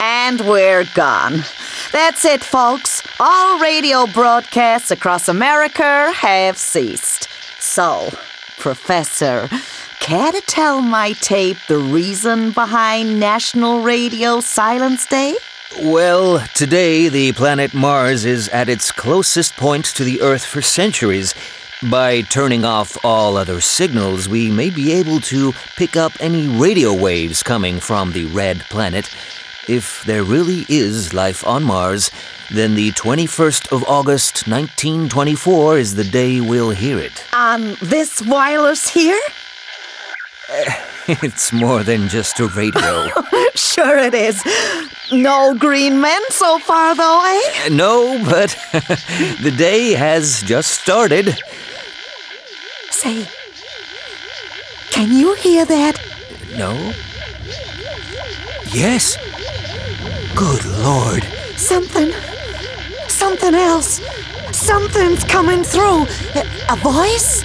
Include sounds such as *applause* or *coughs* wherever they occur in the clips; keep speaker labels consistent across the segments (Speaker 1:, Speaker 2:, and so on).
Speaker 1: And we're gone. That's it, folks. All radio broadcasts across America have ceased. So, Professor, care to tell my tape the reason behind National Radio Silence Day?
Speaker 2: Well, today the planet Mars is at its closest point to the Earth for centuries. By turning off all other signals, we may be able to pick up any radio waves coming from the red planet. If there really is life on Mars, then the 21st of August 1924 is the day we'll hear it. *laughs*
Speaker 1: On this wireless here? *laughs*
Speaker 2: It's more than just a radio.
Speaker 1: Sure it is. No green men so far, though, eh?
Speaker 2: no, but *laughs* the day has just started.
Speaker 1: Say, can you hear that?
Speaker 2: No? Yes. Good lord.
Speaker 1: Something. Something else. Something's coming through. A- A voice?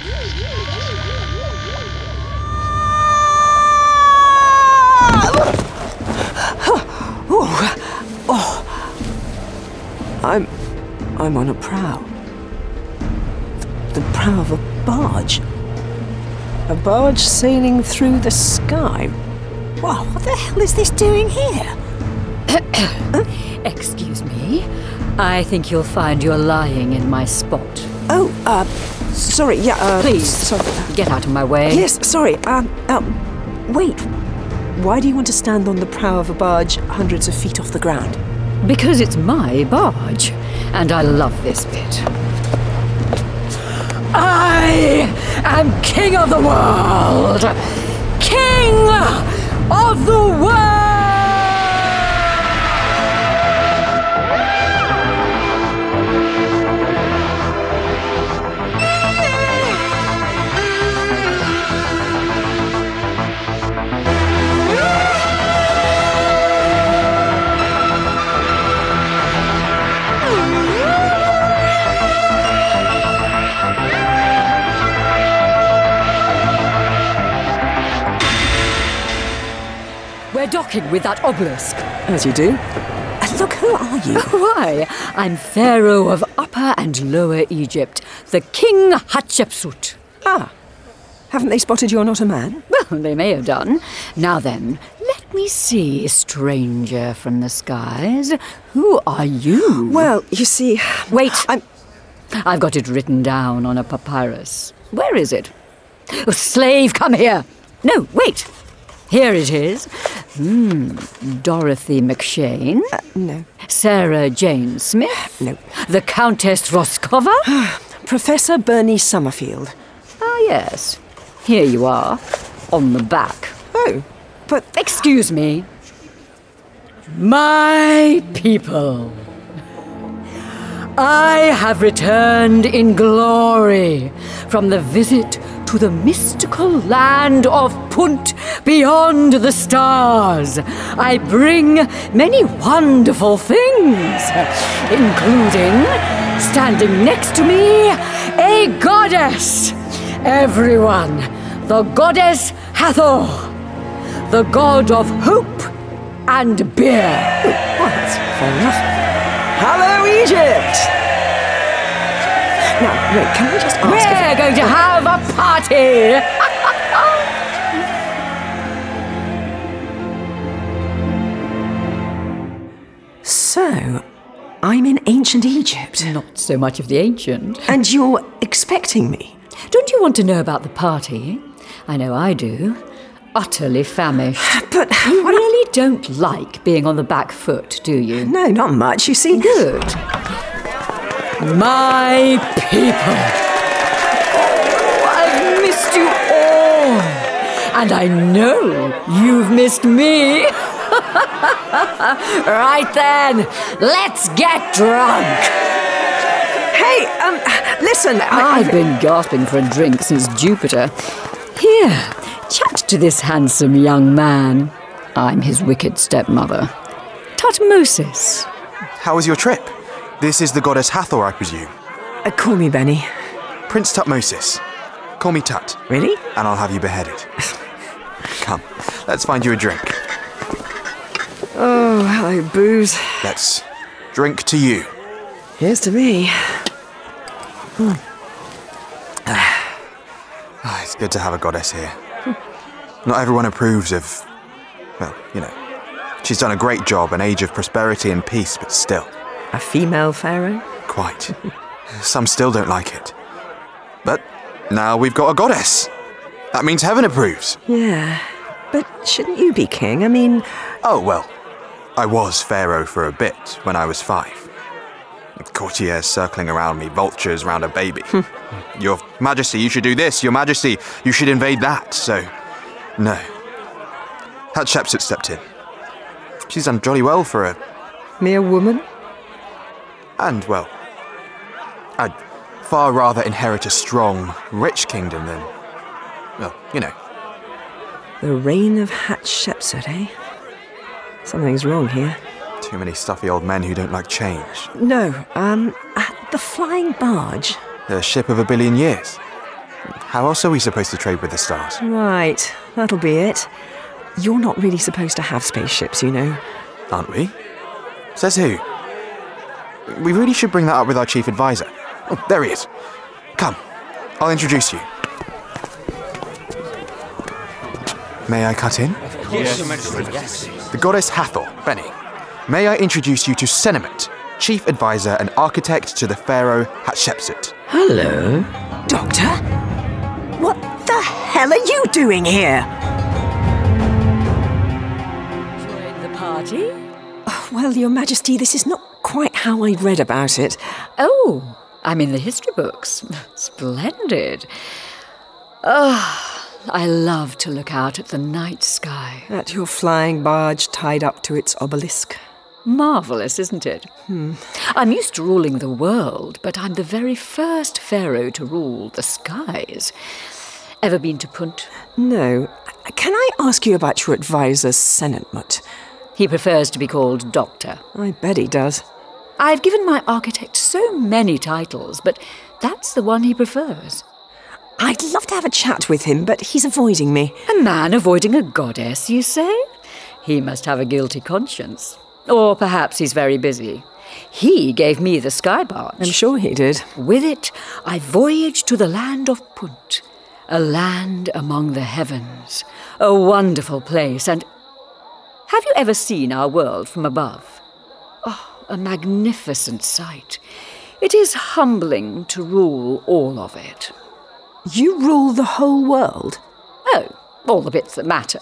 Speaker 3: I'm. I'm on a prow. The prow of a barge. A barge sailing through the sky. Wow, what the hell is this doing here?
Speaker 4: Excuse me. I think you'll find you're lying in my spot.
Speaker 3: Oh, uh, sorry, yeah, uh.
Speaker 4: Please.
Speaker 3: Sorry.
Speaker 4: Get out of my way.
Speaker 3: Yes, sorry, um, um, wait. Why do you want to stand on the prow of a barge hundreds of feet off the ground?
Speaker 4: Because it's my barge, and I love this bit. I am king of the world! King of the world! We're docking with that obelisk.
Speaker 3: As you do. And Uh, look, who are you?
Speaker 4: Why? I'm Pharaoh of Upper and Lower Egypt, the King Hatshepsut.
Speaker 3: ah, haven't they spotted you're not a man?
Speaker 4: Well, they may have done. Now then, let me see, stranger from the skies. Who are you?
Speaker 3: Well, you see.
Speaker 4: Wait.
Speaker 3: I'm.
Speaker 4: I've got it written down on a papyrus. Where is it? Oh, slave, come here. No, wait. Here it is. Hmm. Dorothy McShane,
Speaker 3: No.
Speaker 4: Sarah Jane Smith,
Speaker 3: No.
Speaker 4: the Countess Roscova. *gasps*
Speaker 3: Professor Bernie Summerfield.
Speaker 4: Ah, yes. Here you are, on the back.
Speaker 3: Oh, but.
Speaker 4: Excuse me. My people. I have returned in glory from the visit to the mystical land of Punt beyond the stars. I bring many wonderful things, including standing next to me a goddess. Everyone, the goddess Hathor the god of hope and beer.
Speaker 3: Well, that's fair enough. Hello, Egypt! Now, wait, can I just ask. if-
Speaker 4: We're going to have a party.
Speaker 3: So, I'm in ancient Egypt,
Speaker 4: Not so much of the ancient.
Speaker 3: and you're expecting me.
Speaker 4: Don't you want to know about the party? I know I do. Utterly famished.
Speaker 3: But
Speaker 4: You
Speaker 3: what
Speaker 4: really don't like being on the back foot, do you?
Speaker 3: No, not much. You see,
Speaker 4: Good. My people. Oh, I've missed you all. And I know you've missed me. *laughs* right then, let's get drunk.
Speaker 3: hey, um, listen, I,
Speaker 4: I've been gasping for a drink since Jupiter. Here, chat to this handsome young man. I'm his wicked stepmother. Tutmosis.
Speaker 5: How was your trip? This is the goddess Hathor, I presume.
Speaker 3: uh, call me Benny.
Speaker 5: Prince Tutmosis. Call me Tut,
Speaker 3: Really?
Speaker 5: and I'll have you beheaded. Come, let's find you a drink.
Speaker 3: Oh, hello, booze.
Speaker 5: Let's drink to you.
Speaker 3: Here's to me.
Speaker 5: Ah, It's good to have a goddess here. Not everyone approves of. Well, you know. She's done a great job, an age of prosperity and peace, but still,
Speaker 3: A female pharaoh?
Speaker 5: quite. Some still don't like it. But now we've got a goddess. That means heaven approves.
Speaker 3: Yeah. But shouldn't you be king? I mean,
Speaker 5: Oh, well, I was pharaoh for a bit when I was five. Courtiers circling around me, vultures round a baby. Your Majesty, you should do this. Your Majesty, you should invade that. So, no. Hatshepsut stepped in. She's done jolly well for her,
Speaker 3: mere woman?
Speaker 5: and well, I'd far rather inherit a strong, rich kingdom than, well, you know,
Speaker 3: The reign of Hatshepsut, eh? Something's wrong here.
Speaker 5: too many stuffy old men who don't like change.
Speaker 3: No, um, uh, the flying barge.
Speaker 5: The ship of a billion years. How else are we supposed to trade with the stars?
Speaker 3: Right, that'll be it. You're not really supposed to have spaceships, you know.
Speaker 5: Aren't we? Says who? We really should bring that up with our chief advisor. Oh, there he is. Come, I'll introduce you. May I cut in? Of course, yes. The goddess Hathor, Benny. May I introduce you to Senemet, chief advisor and architect to the pharaoh Hatshepsut.
Speaker 3: Hello? Doctor? What the hell are you doing here?
Speaker 4: Join the party?
Speaker 3: Well, Your Majesty, this is not quite how I read about it.
Speaker 4: Oh, I'm in the history books. *laughs* Splendid. Oh, I love to look out at the night sky.
Speaker 3: At your flying barge tied up to its obelisk.
Speaker 4: Marvellous, isn't it? I'm used to ruling the world, but I'm the very first pharaoh to rule the skies. Ever been to Punt?
Speaker 3: No. Can I ask you about your advisor, Senetmut?
Speaker 4: He prefers to be called Doctor.
Speaker 3: I bet he does.
Speaker 4: I've given my architect so many titles, but that's the one he prefers.
Speaker 3: I'd love to have a chat with him, but he's avoiding me.
Speaker 4: A man avoiding a goddess, you say? He must have a guilty conscience. Or perhaps he's very busy. He gave me the sky barge.
Speaker 3: I'm sure he did.
Speaker 4: With it, I voyaged to the land of Punt, a land among the heavens, a wonderful place. And have you ever seen our world from above? Oh, a magnificent sight. It is humbling to rule all of it.
Speaker 3: You rule the whole world?
Speaker 4: Oh, all the bits that matter.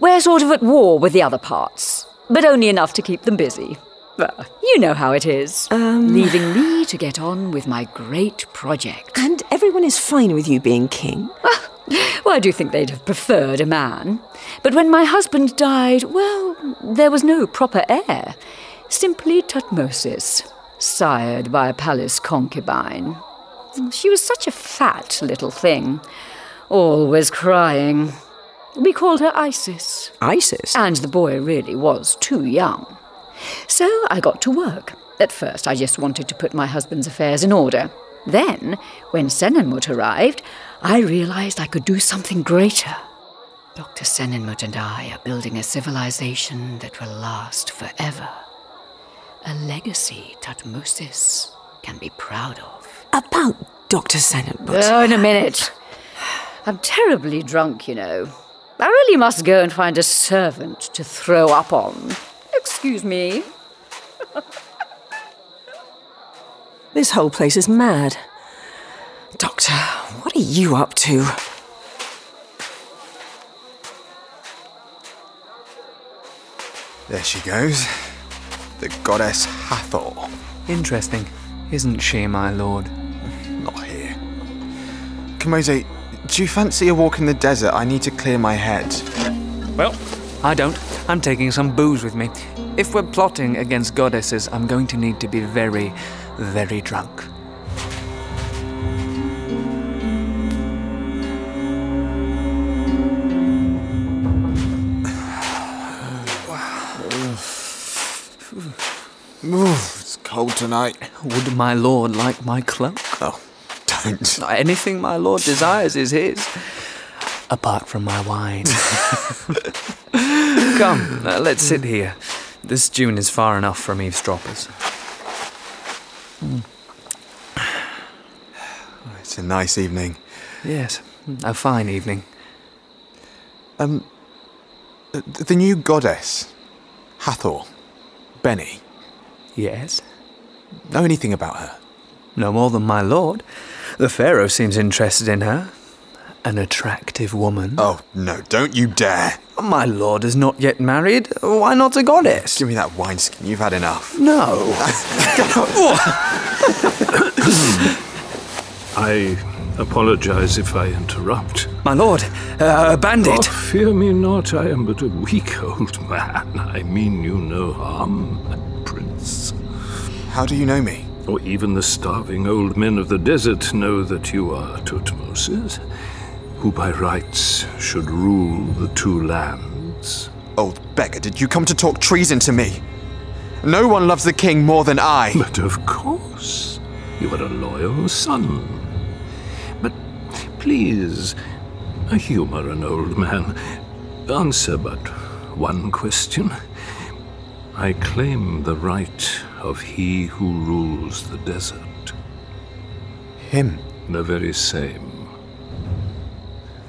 Speaker 4: We're sort of at war with the other parts, but only enough to keep them busy. Well, you know how it is. Leaving me to get on with my great project.
Speaker 3: And everyone is fine with you being king?
Speaker 4: Well, I do think they'd have preferred a man. But when my husband died, well, there was no proper heir. Simply Tutmosis, sired by a palace concubine. She was such a fat little thing, always crying. We called her Isis.
Speaker 3: Isis?
Speaker 4: And the boy really was too young. So I got to work. At first, I just wanted to put my husband's affairs in order. Then, when Senenmut arrived, I realized I could do something greater. Dr. Senenmut and I are building a civilization that will last forever. A legacy Tutmosis can be proud of.
Speaker 3: About Dr. Senetmut.
Speaker 4: Oh, in a minute. I'm terribly drunk, you know. I really must go and find a servant to throw up on. Excuse me.
Speaker 3: This whole place is mad. Doctor, what are you up to?
Speaker 5: There she goes. The goddess Hathor.
Speaker 6: Interesting, isn't she, my lord?
Speaker 5: Not here. Kamoze, do you fancy a walk in the desert? I need to clear my head.
Speaker 6: Well, I don't. I'm taking some booze with me. If we're plotting against goddesses, I'm going to need to be very, very drunk.
Speaker 5: It's cold tonight.
Speaker 6: Would my lord like my cloak?
Speaker 5: Oh, don't.
Speaker 6: Anything my lord desires is his, *laughs* apart from my wine. Come, uh, let's sit here. This June is far enough from eavesdroppers.
Speaker 5: It's a nice evening.
Speaker 6: Yes, a fine evening.
Speaker 5: Um, th- the new goddess, Hathor, Benny.
Speaker 6: Yes?
Speaker 5: Know anything about her?
Speaker 6: No more than my lord. The Pharaoh seems interested in her. An attractive woman.
Speaker 5: Oh no! Don't you dare!
Speaker 6: Uh, My lord is not yet married. Why not a goddess?
Speaker 5: Give me that wineskin. You've had enough.
Speaker 6: No.
Speaker 7: I apologize if I interrupt.
Speaker 6: My lord, uh, a bandit.
Speaker 7: Oh, fear me not, I am but a weak old man. I mean you no harm, Prince.
Speaker 5: How do you know me?
Speaker 7: Or even the starving old men of the desert know that you are Tutmosis, who by rights should rule the two lands.
Speaker 5: Old beggar, did you come to talk treason to me? No one loves the king more than I.
Speaker 7: But of course, you are a loyal son. But please, humor an old man. Answer but one question. I claim the right of he who rules the desert,
Speaker 5: Him.
Speaker 7: the very same.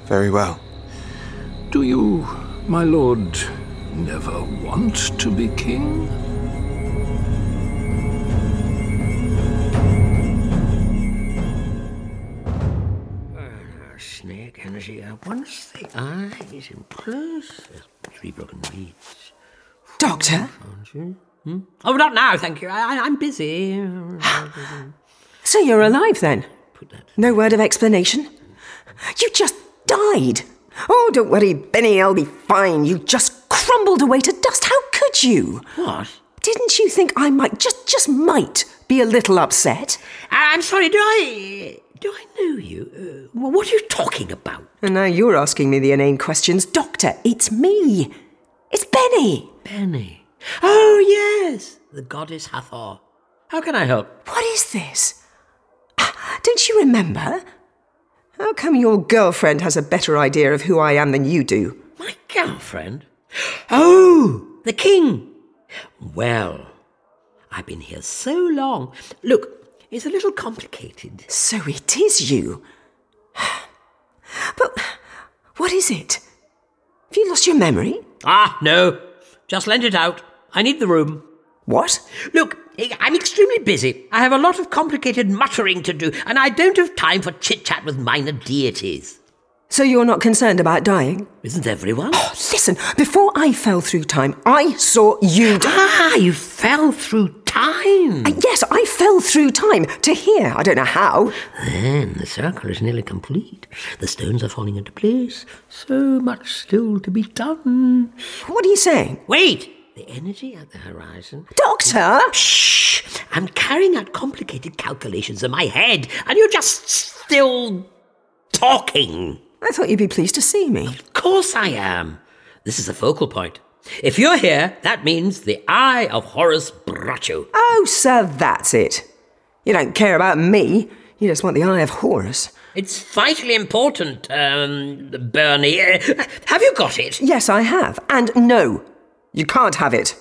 Speaker 5: Very well.
Speaker 7: Do you, my lord, never want to be king?
Speaker 8: snake energy up. Once the eye is in place, there's three broken reeds.
Speaker 9: Doctor,
Speaker 8: Oh, not now, thank you. I, I- I'm busy.
Speaker 3: So you're alive then? No word of explanation? You just died. Oh, don't worry, Benny, I'll be fine. You just crumbled away to dust. How could you?
Speaker 8: What?
Speaker 3: Didn't you think I might, just, just might, be a little upset?
Speaker 8: I'm sorry. Do I do I know you? Uh, wh- what are you talking about,
Speaker 3: And now you're asking me the inane questions. Doctor, it's me. It's Benny.
Speaker 8: Benny? Oh yes, the goddess Hathor. How can I help?
Speaker 3: What is this? Ah, Don't you remember? How come your girlfriend has a better idea of who I am than you do?
Speaker 8: My girlfriend? *gasps* Oh, the king. Well, I've been here so long. Look, it's a little complicated.
Speaker 3: So it is you. *sighs* But what is it? Have you lost your memory?
Speaker 8: Ah, no. Just lend it out. I need the room.
Speaker 3: What?
Speaker 8: Look, I- I'm extremely busy. I have a lot of complicated muttering to do, and I don't have time for chit chat with minor deities.
Speaker 3: So you're not concerned about dying?
Speaker 8: Isn't everyone? *gasps*
Speaker 3: Listen, before I fell through time, I saw you die. Uh,
Speaker 8: ah, you fell through time.
Speaker 3: Yes, I fell through time to here. I don't know how.
Speaker 8: Then the circle is nearly complete. The stones are falling into place. So much still to be done.
Speaker 3: What are you saying?
Speaker 8: Wait! The energy at the horizon.
Speaker 3: Doctor?
Speaker 8: Shh! I'm carrying out complicated calculations in my head, and you're just still talking.
Speaker 3: I thought you'd be pleased to see me.
Speaker 8: Of course I am. This is the focal point. If you're here, that means the eye of Horus Bracho.
Speaker 3: Oh, so that's it. You don't care about me. You just want the eye of Horus.
Speaker 8: It's vitally important, um, Bernie. Uh, have you got it?
Speaker 3: Yes, I have. And no, you can't have it.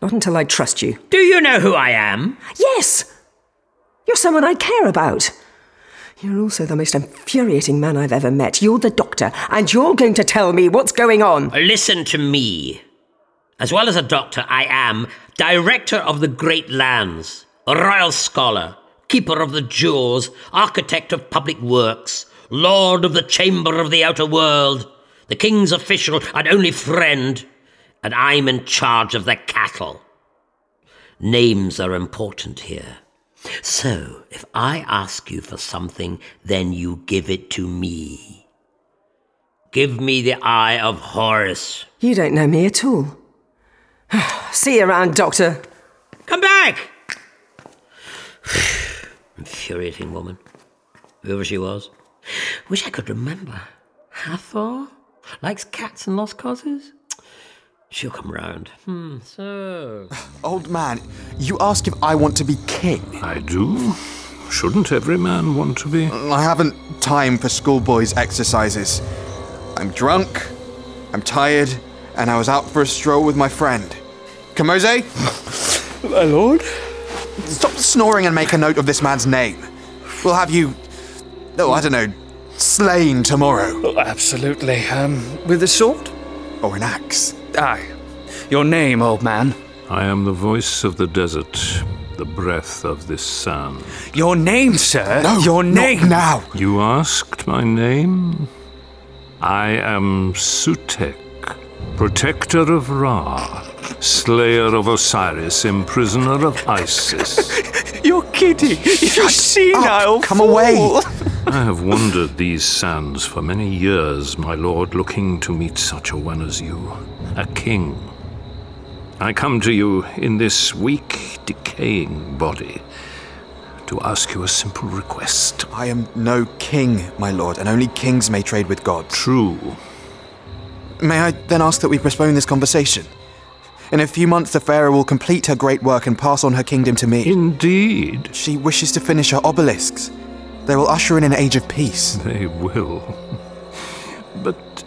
Speaker 3: Not until I trust you.
Speaker 8: Do you know who I am?
Speaker 3: Yes! You're someone I care about. You're also the most infuriating man I've ever met. You're the doctor, and you're going to tell me what's going on.
Speaker 8: Listen to me. As well as a doctor, I am director of the Great Lands, a royal scholar, keeper of the jewels, architect of public works, lord of the chamber of the outer world, the king's official and only friend, and I'm in charge of the cattle. Names are important here. So, if I ask you for something, then you give it to me. Give me the eye of Horus.
Speaker 3: You don't know me at all. *sighs* See you around, doctor.
Speaker 8: Come back! *sighs* Infuriating woman. Whoever she was. Wish I could remember. Hathor? Likes cats and lost causes? She'll come round. Hmm, so. *laughs*
Speaker 5: Old man, you ask if I want to be king.
Speaker 7: I do. Shouldn't every man want to be?
Speaker 5: I haven't time for schoolboys' exercises. I'm drunk, I'm tired, and I was out for a stroll with my friend. Camose,
Speaker 6: Oh, My lord?
Speaker 5: stop snoring and make a note of this man's name. We'll have you, oh, I don't know, slain tomorrow.
Speaker 6: absolutely. Um, with a sword?
Speaker 5: Or an axe.
Speaker 6: Aye. Your name, old man.
Speaker 7: I am the voice of the desert, the breath of this sand.
Speaker 6: Your name, sir.
Speaker 5: No,
Speaker 6: Your
Speaker 5: not
Speaker 6: name.
Speaker 5: now.
Speaker 7: You asked my name? I am Sutek, protector of Ra, slayer of Osiris, imprisoner of Isis.
Speaker 6: You're kidding. You senile.
Speaker 5: Come away.
Speaker 6: fool.
Speaker 7: I have wandered these sands for many years, my lord, looking to meet such a one as you, a king. I come to you in this weak, decaying body to ask you a simple request.
Speaker 5: I am no king, my lord, and only kings may trade with gods.
Speaker 7: True,
Speaker 5: May I then ask that we postpone this conversation? In a few months, the pharaoh will complete her great work and pass on her kingdom to me.
Speaker 7: indeed,
Speaker 5: She wishes to finish her obelisks. They will usher in an age of peace.
Speaker 7: they will. But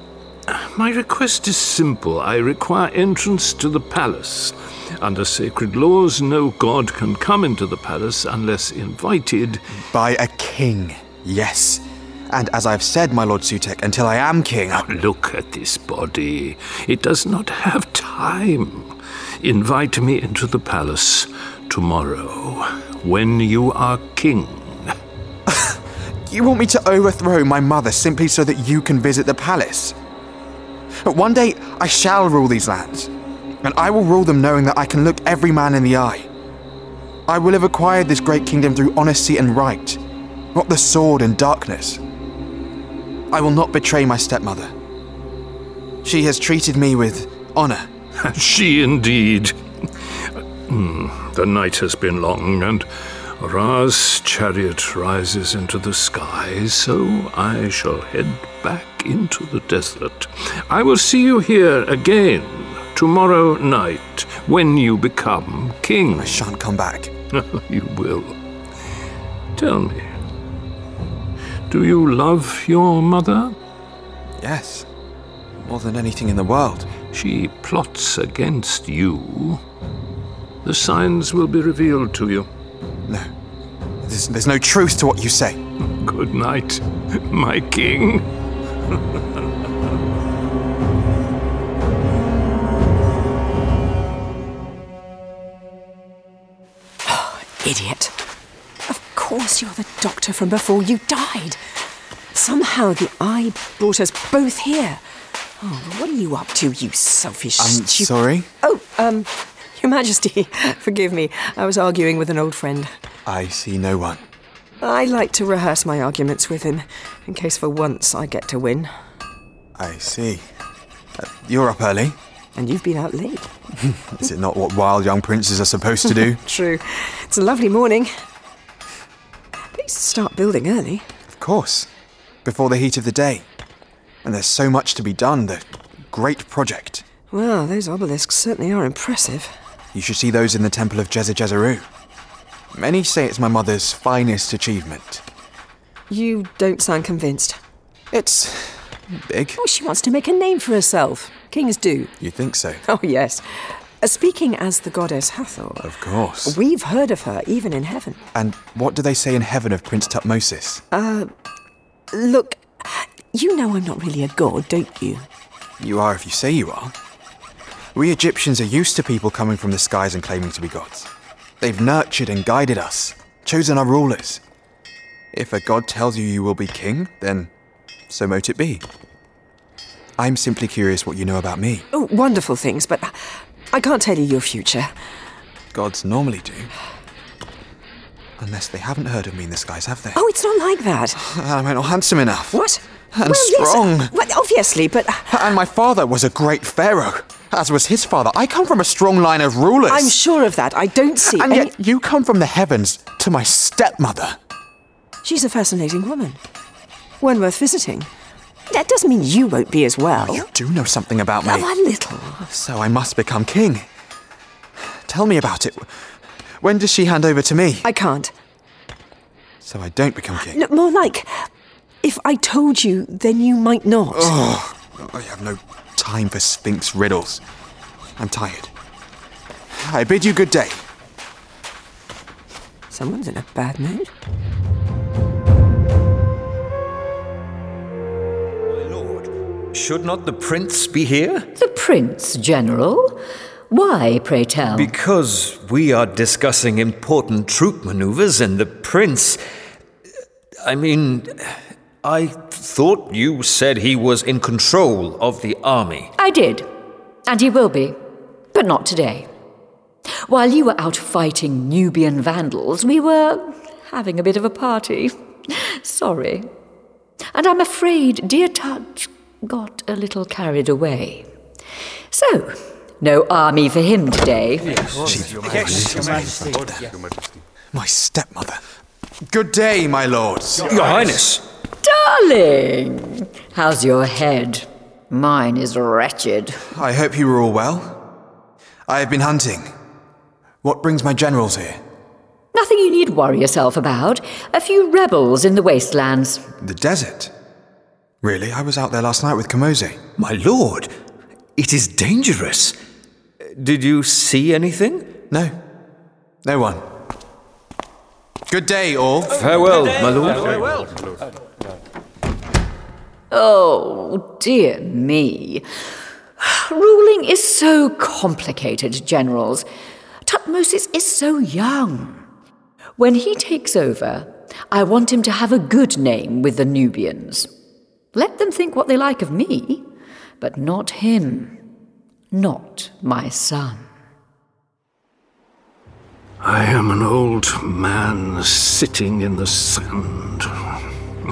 Speaker 7: uh, my request is simple. I require entrance to the palace. Under sacred laws, no god can come into the palace unless invited.
Speaker 5: By a king, yes. And as I've said, my lord Sutek, until I am king, I-
Speaker 7: Look at this body. It does not have time. Invite me into the palace tomorrow when you are king.
Speaker 5: you want me to overthrow my mother simply so that you can visit the palace. But one day, I shall rule these lands. And I will rule them knowing that I can look every man in the eye. I will have acquired this great kingdom through honesty and right, not the sword and darkness. I will not betray my stepmother. She has treated me with honor.
Speaker 7: She indeed. Hmm, The night has been long, and Ra's chariot rises into the sky, so I shall head back into the desert. I will see you here again tomorrow night when you become king. *laughs*
Speaker 5: I shan't come back.
Speaker 7: you will. Tell me, do you love your mother?
Speaker 5: Yes. More than anything in the world.
Speaker 7: She plots against you. The signs will be revealed to you.
Speaker 5: No. There's, there's no truth to what you say.
Speaker 7: Good night, my king.
Speaker 3: Idiot. Of course you're the doctor from before you died. Somehow the eye brought us both here. Oh, what are you up to, you selfish
Speaker 5: I'm
Speaker 3: stu-
Speaker 5: sorry.
Speaker 3: Oh, um, Your Majesty, *laughs* forgive me. I was arguing with an old friend.
Speaker 5: I see no one.
Speaker 3: I like to rehearse my arguments with him, in case for once I get to win.
Speaker 5: I see. Uh, you're up early.
Speaker 3: And you've been out late.
Speaker 5: Is it not what wild young princes are supposed to do?
Speaker 3: True. It's a lovely morning. Please start building early.
Speaker 5: of course. Before the heat of the day. And there's so much to be done, the great project.
Speaker 3: Well, those obelisks certainly are impressive.
Speaker 5: You should see those in the Temple of Jezajezaru. Many say it's my mother's finest achievement.
Speaker 3: You don't sound convinced.
Speaker 5: It's big.
Speaker 3: Oh, she wants to make a name for herself. Kings do. *laughs*
Speaker 5: You think so?
Speaker 3: Oh, yes. Uh, speaking as the goddess Hathor,
Speaker 5: Of course.
Speaker 3: we've heard of her even in heaven.
Speaker 5: And what do they say in heaven of Prince Tutmosis?
Speaker 3: Look, you know I'm not really a god, don't you?
Speaker 5: You are if you say you are. We Egyptians are used to people coming from the skies and claiming to be gods. They've nurtured and guided us, chosen our rulers. If a god tells you you will be king, then so mote it be. I'm simply curious what you know about me.
Speaker 3: Oh, wonderful things, but I can't tell you your future.
Speaker 5: Gods normally do. Unless they haven't heard of me in the skies, have they? *laughs*
Speaker 3: Oh, it's not like that.
Speaker 5: Am I not handsome enough?
Speaker 3: What?
Speaker 5: And
Speaker 3: well, yes, uh,
Speaker 5: strong.
Speaker 3: well, obviously, but
Speaker 5: And my father was a great pharaoh, as was his father. I come from a strong line of rulers.
Speaker 3: I'm sure of that. I don't see.
Speaker 5: And
Speaker 3: any-
Speaker 5: yet you come from the heavens to my stepmother.
Speaker 3: she's a fascinating woman. One worth visiting. That doesn't mean you won't be as well.
Speaker 5: You do know something about me.
Speaker 3: Oh, a little.
Speaker 5: So I must become king. Tell me about it. When does she hand over to me?
Speaker 3: I can't.
Speaker 5: So I don't become king.
Speaker 3: No, more like, if I told you, then you might not.
Speaker 5: I have no time for Sphinx riddles. I'm tired. I bid you good day.
Speaker 3: Someone's in a bad mood.
Speaker 2: Should not the prince be here?
Speaker 4: The Prince General? Why, pray tell?
Speaker 2: Because we are discussing important troop maneuvers, and the prince. I mean, I thought you said he was in control of the army.
Speaker 4: I did, and he will be, but not today. While you were out fighting Nubian vandals, we were having a bit of a party. *laughs* Sorry. And I'm afraid dear Touch got a little carried away. So, no army for him today.
Speaker 5: My stepmother. Good day, my lords.
Speaker 2: Your Highness!
Speaker 4: Darling! How's your head? Mine is wretched.
Speaker 5: I hope you are all well. I have been hunting. What brings my generals here?
Speaker 4: Nothing you need worry yourself about. A few rebels in the wastelands.
Speaker 5: The desert. Really? I was out there last night with Kamoze.
Speaker 2: My lord, it is dangerous. Did you see anything?
Speaker 5: No. No one. Good day, all.
Speaker 2: Farewell, my lord.
Speaker 4: Oh, dear me. Ruling is so complicated, generals. Tutmosis is so young. When he takes over, I want him to have a good name with the Nubians. Let them think what they like of me, but not him. Not my son.
Speaker 7: I am an old man sitting in the sand.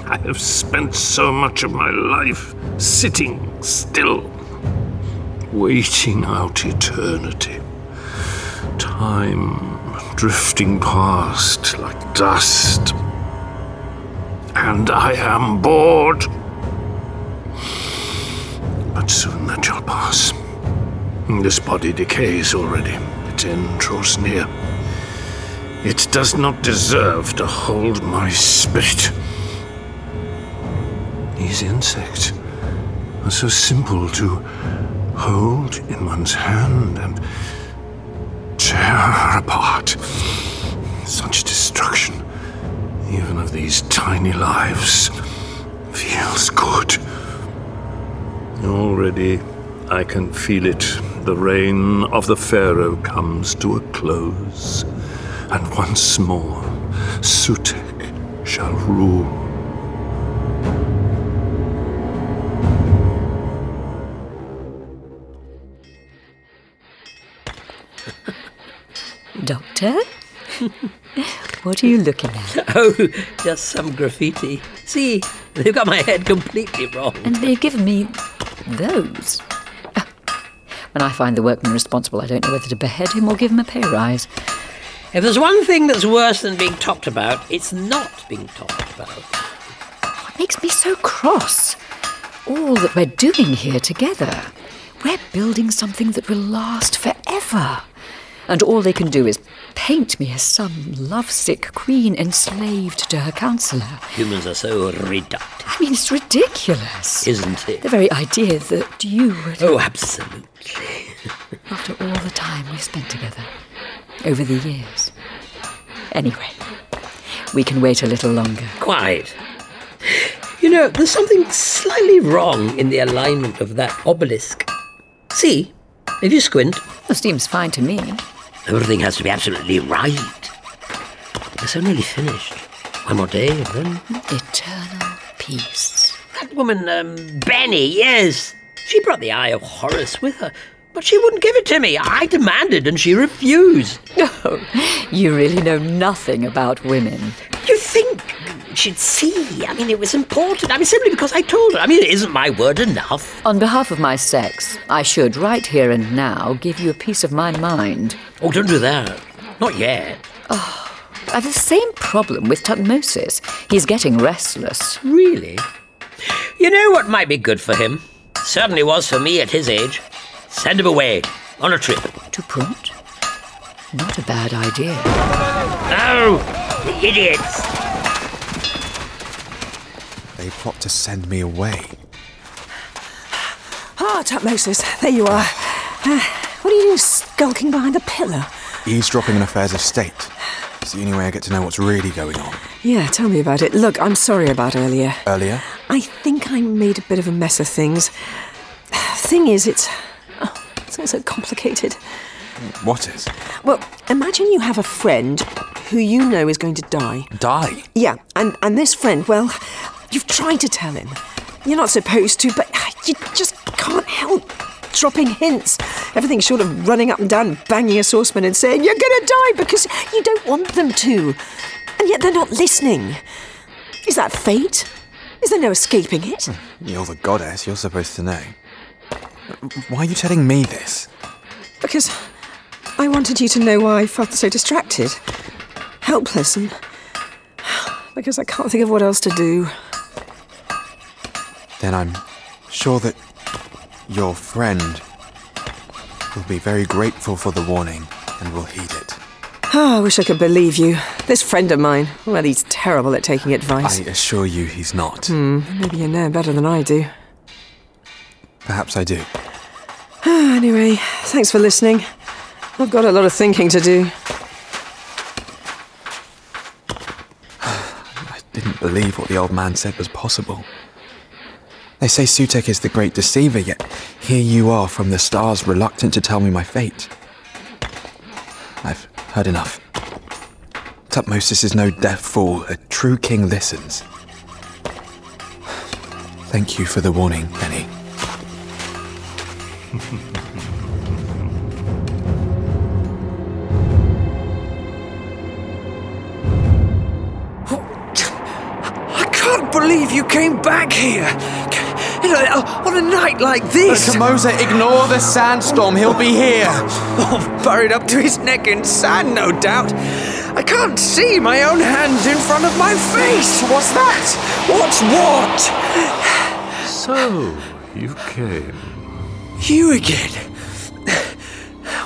Speaker 7: I have spent so much of my life sitting still, waiting out eternity. Time drifting past like dust. And I am bored. But soon that shall pass. This body decays already. Its end draws near. It does not deserve to hold my spirit. These insects are so simple to hold in one's hand and tear apart. Such destruction, even of these tiny lives, feels good. Already I can feel it. The reign of the Pharaoh comes to a close and once more Sutek shall rule.
Speaker 4: Doctor? *laughs* what are you looking at?
Speaker 8: Oh, just some graffiti. See, they've got my head completely wrong.
Speaker 4: And they've given me those. Ah, When I find the workman responsible, I don't know whether to behead him or give him a pay rise.
Speaker 8: If there's one thing that's worse than being talked about, it's not being talked about.
Speaker 4: What makes me so cross? All that we're doing here together. We're building something that will last forever. And all they can do is paint me as some lovesick queen enslaved to her counselor.
Speaker 8: Humans are so reductive,
Speaker 4: I mean, it's ridiculous.
Speaker 8: isn't
Speaker 4: The
Speaker 8: it?
Speaker 4: very idea that you would.
Speaker 8: Oh, absolutely.
Speaker 4: after all the time we've spent together over the years. Anyway, we can wait a little longer.
Speaker 8: Quite. You know, there's something slightly wrong in the alignment of that obelisk. See, if you squint,
Speaker 4: This seems fine to me.
Speaker 8: everything has to be absolutely right. We're so nearly finished. One more day, and then
Speaker 4: Eternal peace.
Speaker 8: That woman, um, Benny, yes. She brought the Eye of Horus with her, but she wouldn't give it to me. I demanded and she refused.
Speaker 4: You really know nothing about women.
Speaker 8: You think she'd see? I mean, it was important. I mean, simply because I told her. I mean, isn't my word enough?
Speaker 4: On behalf of my sex, I should, right here and now, give you a piece of my mind.
Speaker 8: Oh, don't do that. Not yet.
Speaker 4: I have the same problem with Tutmosis. He's getting restless.
Speaker 8: Really? You know what might be good for him? Certainly was for me at his age. Send him away on a trip.
Speaker 4: To prompt? Not a bad idea.
Speaker 8: No! Oh, The idiots!
Speaker 5: They plot to send me away.
Speaker 3: *sighs* Ah, Tutmosis, there you are. Ah, what are you doing s- skulking behind the pillar?
Speaker 5: Eavesdropping on affairs of state. It's the only way I get to know what's really going on.
Speaker 3: Yeah, tell me about it. Look, I'm sorry about earlier.
Speaker 5: Earlier,
Speaker 3: I think I made a bit of a mess of things. *sighs* Thing is, it's. Oh, it's so complicated.
Speaker 5: what is?
Speaker 3: Well, imagine you have a friend who you know is going to die.
Speaker 5: Die.
Speaker 3: Yeah, and, and this friend, well, you've tried to tell him. You're not supposed to, but you just can't help dropping hints. Everything short of running up and down, banging a saucepan and saying, You're gonna die because you don't want them to. And yet they're not listening. Is that fate? Is there no escaping it?
Speaker 5: You're the goddess, you're supposed to know. Why are you telling me this?
Speaker 3: Because I wanted you to know why I felt so distracted, helpless, and because I can't think of what else to do.
Speaker 5: Then I'm sure that your friend will be very grateful for the warning and will heed it.
Speaker 3: Oh, I wish I could believe you. This friend of mine, well, he's terrible at taking
Speaker 5: I
Speaker 3: advice.
Speaker 5: assure you he's not.
Speaker 3: Maybe you know better than I do.
Speaker 5: Perhaps I do.
Speaker 3: Ah, Anyway, thanks for listening. I've got a lot of thinking to do.
Speaker 5: I didn't believe what the old man said was possible. They say Sutek is the great deceiver, yet here you are from the stars reluctant to tell me my fate. I've heard enough. Tutmosis is no deaf fool. A true king listens. Thank you for the warning, Penny.
Speaker 6: I can't believe you came back here. You know, on a night like this.
Speaker 5: Kamosa, ignore the sandstorm. He'll be here.
Speaker 6: Oh, buried up to his neck in sand, no doubt. I can't see my own hands in front of my face. What's that? What's what?
Speaker 7: So, you came.
Speaker 6: You again.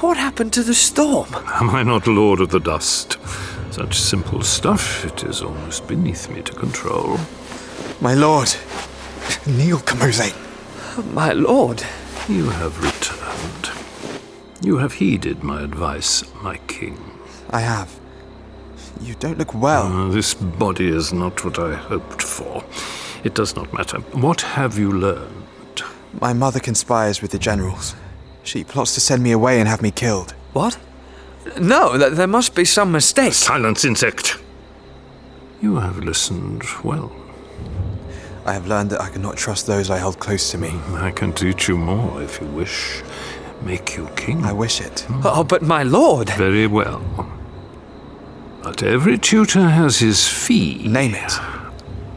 Speaker 6: What happened to the storm?
Speaker 7: Am I not lord of the dust? Such simple stuff, it is almost beneath me to control.
Speaker 5: My lord, Neil Kamose.
Speaker 6: My lord.
Speaker 7: You have returned. You have heeded my advice, my king.
Speaker 5: I have. You don't look well.
Speaker 7: Uh, this body is not what I hoped for. It does not matter. What have you learned?
Speaker 5: My mother conspires with the generals. She plots to send me away and have me killed.
Speaker 6: What? No, th- there must be some mistake.
Speaker 7: Silence, insect! You have listened well.
Speaker 5: I have learned that I cannot trust those I hold close to me.
Speaker 7: I can teach you more if you wish. Make you king.
Speaker 5: I wish it.
Speaker 6: Oh, but my lord.
Speaker 7: Very well. But every tutor has his fee.
Speaker 5: Name it.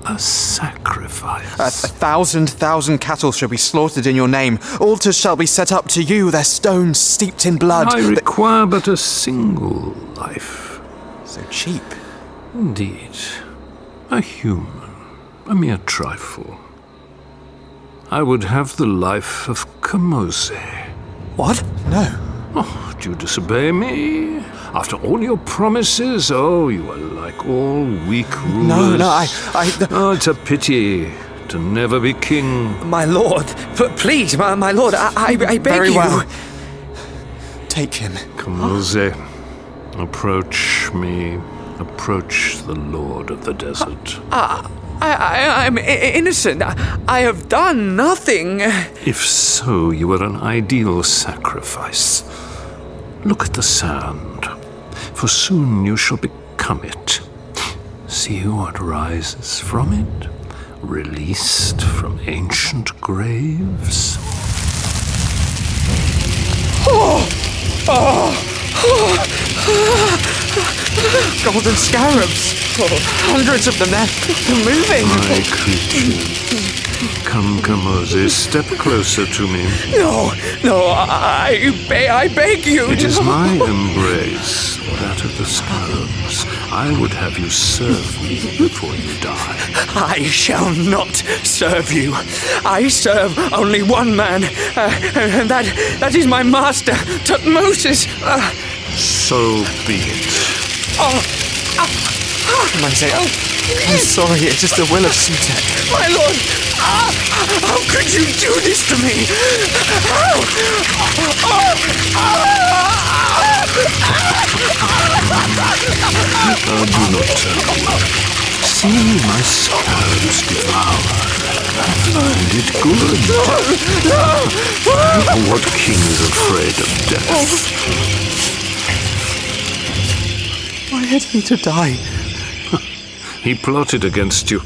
Speaker 7: A sacrifice.
Speaker 5: A, a thousand thousand cattle shall be slaughtered in your name. Altars shall be set up to you, their stones steeped in blood.
Speaker 7: I
Speaker 5: Th-
Speaker 7: require but a single life.
Speaker 5: so cheap.
Speaker 7: Indeed, a human, a mere trifle. I would have the life of Kamose.
Speaker 6: What?
Speaker 5: No.
Speaker 7: Oh, do you disobey me? After all your promises, oh, you are like all weak rulers.
Speaker 5: No, no, I. I th-
Speaker 7: Oh, it's a pity to never be king.
Speaker 6: My lord. But please, my, my lord, I, I, I beg
Speaker 5: very
Speaker 6: you.
Speaker 5: well. Take him.
Speaker 7: Kamose, approach me. Approach the Lord of the Desert.
Speaker 6: I, I, I'm I- innocent. I, I have done nothing.
Speaker 7: If so, you are an ideal sacrifice. Look at the sand, for soon you shall become it. See what rises from it, released from ancient graves.
Speaker 5: Golden scarabs. Hundreds of them. They're they're moving.
Speaker 7: My creature. Come, Kamose, step closer to me.
Speaker 6: No, no, I, I, be- I beg you.
Speaker 7: It is my embrace, that of the scarabs. I would have you serve me before you die.
Speaker 6: I shall not serve you. I serve only one man, uh, and that, that is my master, Tutmosis. Uh,
Speaker 7: So be it.
Speaker 5: Kamose, oh, I'm sorry, it is the will of Sutek.
Speaker 6: My lord! Ah, how could you do this to me? How? Ah, ah,
Speaker 7: I do not tell you. See my scabs devour. Find it good. What king is afraid of death?
Speaker 5: Why had he to die?
Speaker 7: He plotted against you.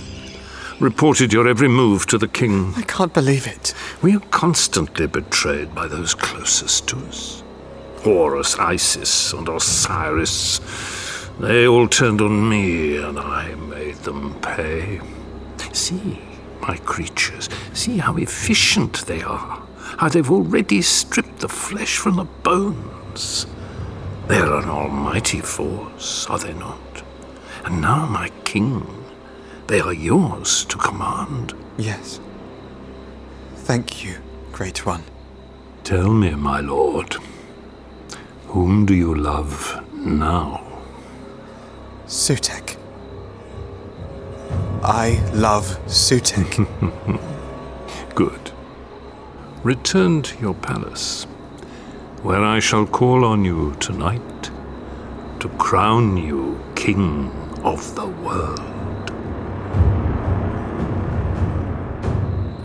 Speaker 7: Reported your every move to the king.
Speaker 5: I can't believe it.
Speaker 7: We are constantly betrayed by those closest to us. Horus, Isis, and Osiris. They all turned on me, and I made them pay. See, my creatures, see how efficient they are. How they've already stripped the flesh from the bones. They're an almighty force, are they not? And now, my king, they are yours to command.
Speaker 5: Yes. Thank you, Great One.
Speaker 7: Tell me, my lord, whom do you love now?
Speaker 5: Sutek. I love Sutek.
Speaker 7: Good. Return to your palace, where I shall call on you tonight to crown you king of the world.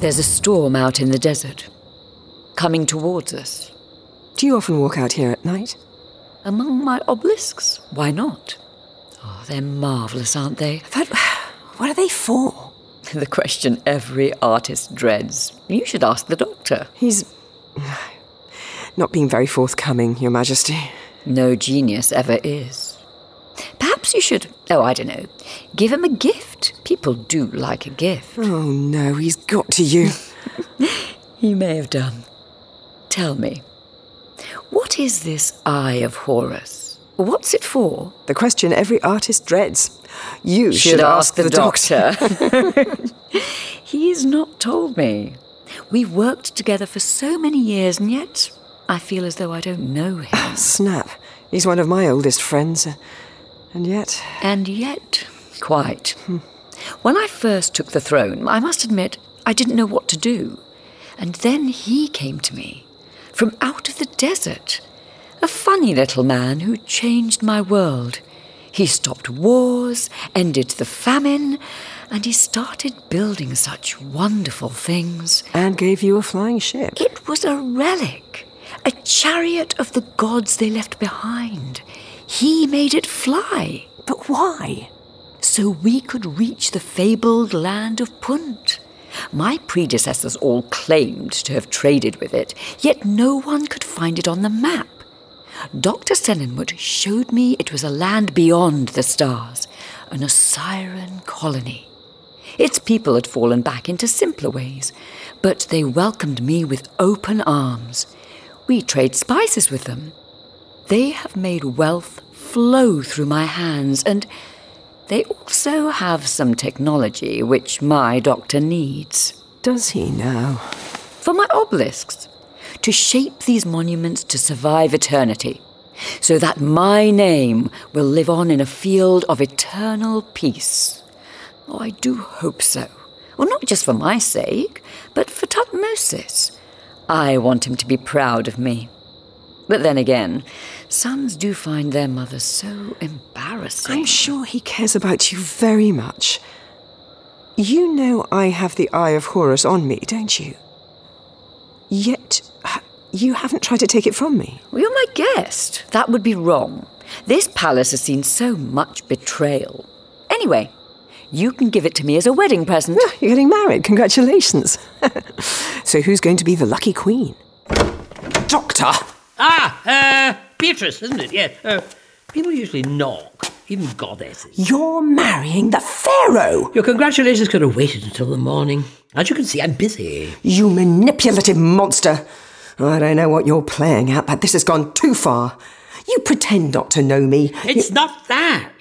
Speaker 4: There's a storm out in the desert, coming towards us.
Speaker 3: Do you often walk out here at night?
Speaker 4: Among my obelisks, why not? Oh, they're marvellous, aren't they? *laughs*
Speaker 3: But *sighs* what are they for?
Speaker 4: The question every artist dreads. You should ask the doctor.
Speaker 3: He's *sighs* not being very forthcoming, Your Majesty.
Speaker 4: No genius ever is. Perhaps you should, oh, I don't know, give him a gift. People do like a gift.
Speaker 3: Oh no, he's got to *laughs* you.
Speaker 4: He may have done. Tell me, what is this Eye of Horus? What's it for?
Speaker 3: the question every artist dreads. You should, ask, the, doctor.
Speaker 4: *laughs* He's not told me. We've worked together for so many years, and yet I feel as though I don't know him.
Speaker 3: Snap. He's one of my oldest friends. uh, And yet,
Speaker 4: And yet, quite. When I first took the throne, I must admit I didn't know what to do. And then he came to me from out of the desert. A funny little man who changed my world. He stopped wars, ended the famine, and he started building such wonderful things.
Speaker 3: Anne gave you a flying ship.
Speaker 4: It was a relic, a chariot of the gods they left behind. He made it fly
Speaker 3: But why?
Speaker 4: so we could reach the fabled land of Punt. My predecessors all claimed to have traded with it, yet no one could find it on the map. Dr. Seninwood showed me it was a land beyond the stars, an Osirian colony. Its people had fallen back into simpler ways, but they welcomed me with open arms. We trade spices with them. They have made wealth flow through my hands, and they also have some technology which my doctor needs.
Speaker 3: Does he now?
Speaker 4: For my obelisks, to shape these monuments to survive eternity, so that my name will live on in a field of eternal peace. Oh, I do hope so. Well, not just for my sake, but for Tutmosis. I want him to be proud of me. But then again, sons do find their mothers so embarrassing.
Speaker 3: I'm sure he cares about you very much. You know I have the Eye of Horus on me, don't you? Yet, ha- you haven't tried to take it from me.
Speaker 4: Well, you're my guest. That would be wrong. This palace has seen so much betrayal. Anyway, you can give it to me as a wedding present.
Speaker 3: Ah, You're getting married. Congratulations. *laughs* so, who's going to be the lucky queen?
Speaker 5: Doctor!
Speaker 8: Ah, uh, Beatrice, isn't it? Yeah. Uh, people usually knock, even goddesses.
Speaker 3: You're marrying the Pharaoh,
Speaker 8: Your congratulations could have waited until the morning. As you can see, I'm busy.
Speaker 3: you manipulative monster. I don't know what you're playing at, but this has gone too far. You pretend not to know me.
Speaker 8: It's not that.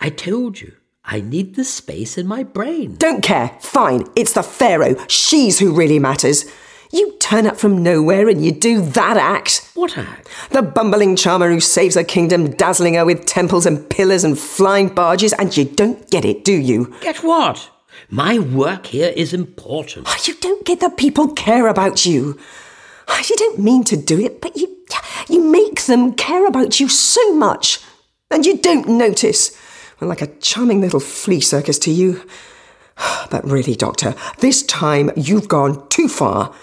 Speaker 8: I told you, I need the space in my brain.
Speaker 3: Don't care. Fine. It's the Pharaoh. She's who really matters. You turn up from nowhere and you do that act.
Speaker 8: What act?
Speaker 3: The bumbling charmer who saves her kingdom, dazzling her with temples and pillars and flying barges, and you don't get it, do you?
Speaker 8: Get what? My work here is important.
Speaker 3: Oh, You don't get that people care about you. Oh, You don't mean to do it, but you, you make them care about you so much. And you don't notice. Well, like a charming little flea circus to you. *sighs* But really, Doctor, this time you've gone too far.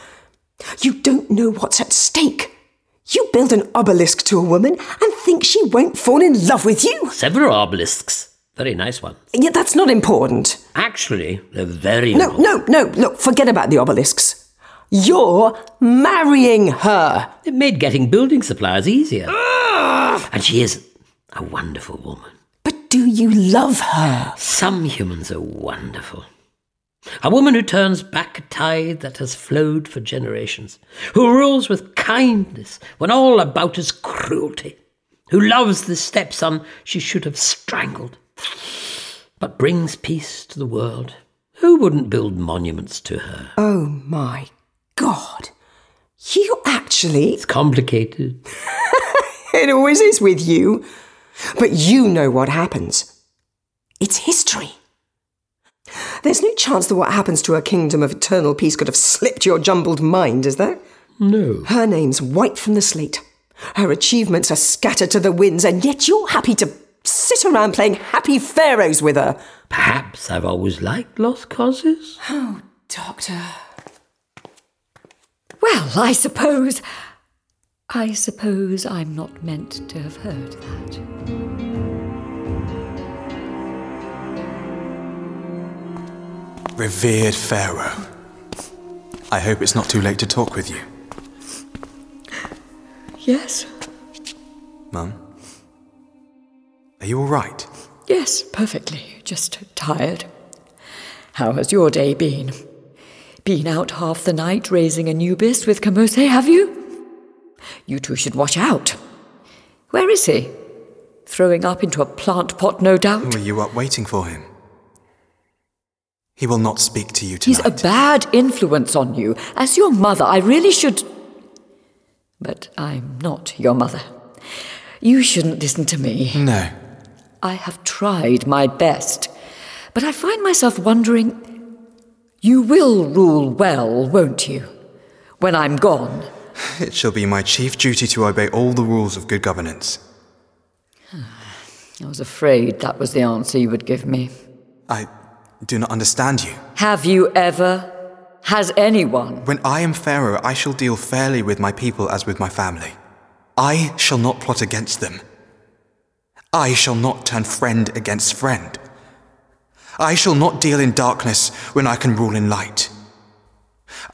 Speaker 3: You don't know what's at stake. You build an obelisk to a woman and think she won't fall in love with you.
Speaker 8: Several obelisks. Very nice one.
Speaker 3: Yeah, that's not important.
Speaker 8: Actually, they're very
Speaker 3: No,
Speaker 8: important.
Speaker 3: no, no, look, forget about the obelisks. You're marrying her.
Speaker 8: It made getting building supplies easier. and she is a wonderful woman.
Speaker 3: But do you love her?
Speaker 8: Some humans are wonderful. A woman who turns back a tide that has flowed for generations, who rules with kindness when all about is cruelty, who loves the stepson she should have strangled, but brings peace to the world. Who wouldn't build monuments to her?
Speaker 3: Oh my god. You actually. *laughs*
Speaker 8: It's complicated.
Speaker 3: It always is with you. But you know what happens. It's history. There's no chance that what happens to her kingdom of eternal peace could have slipped your jumbled mind, is there?
Speaker 8: No.
Speaker 3: Her name's wiped from the slate. Her achievements are scattered to the winds, and yet you're happy to sit around playing happy pharaohs with her.
Speaker 8: Perhaps I've always liked lost causes.
Speaker 3: Doctor.
Speaker 4: Well, I suppose. I suppose I'm not meant to have heard that.
Speaker 5: Revered Pharaoh, I hope it's not too late to talk with you.
Speaker 4: Yes,
Speaker 5: Mum? Are you all right?
Speaker 4: yes, perfectly. Just tired. How has your day been? Been out half the night raising Anubis with Kamose, have you? You two should watch out. Where is he? Throwing up into a plant pot, no doubt.
Speaker 5: Were you up waiting for him? He will not speak to you
Speaker 4: He's
Speaker 5: tonight.
Speaker 4: a bad influence on you. As your mother, I really should. But I'm not your mother. You shouldn't listen to me.
Speaker 5: No.
Speaker 4: I have tried my best, but I find myself wondering you will rule well, won't you? When I'm gone.
Speaker 5: It shall be my chief duty to obey all the rules of good governance.
Speaker 4: I was afraid that was the answer you would give me.
Speaker 5: I do not understand you.
Speaker 4: Have you ever? Has anyone?
Speaker 5: When I am Pharaoh, I shall deal fairly with my people as with my family. I shall not plot against them. I shall not turn friend against friend. I shall not deal in darkness when I can rule in light.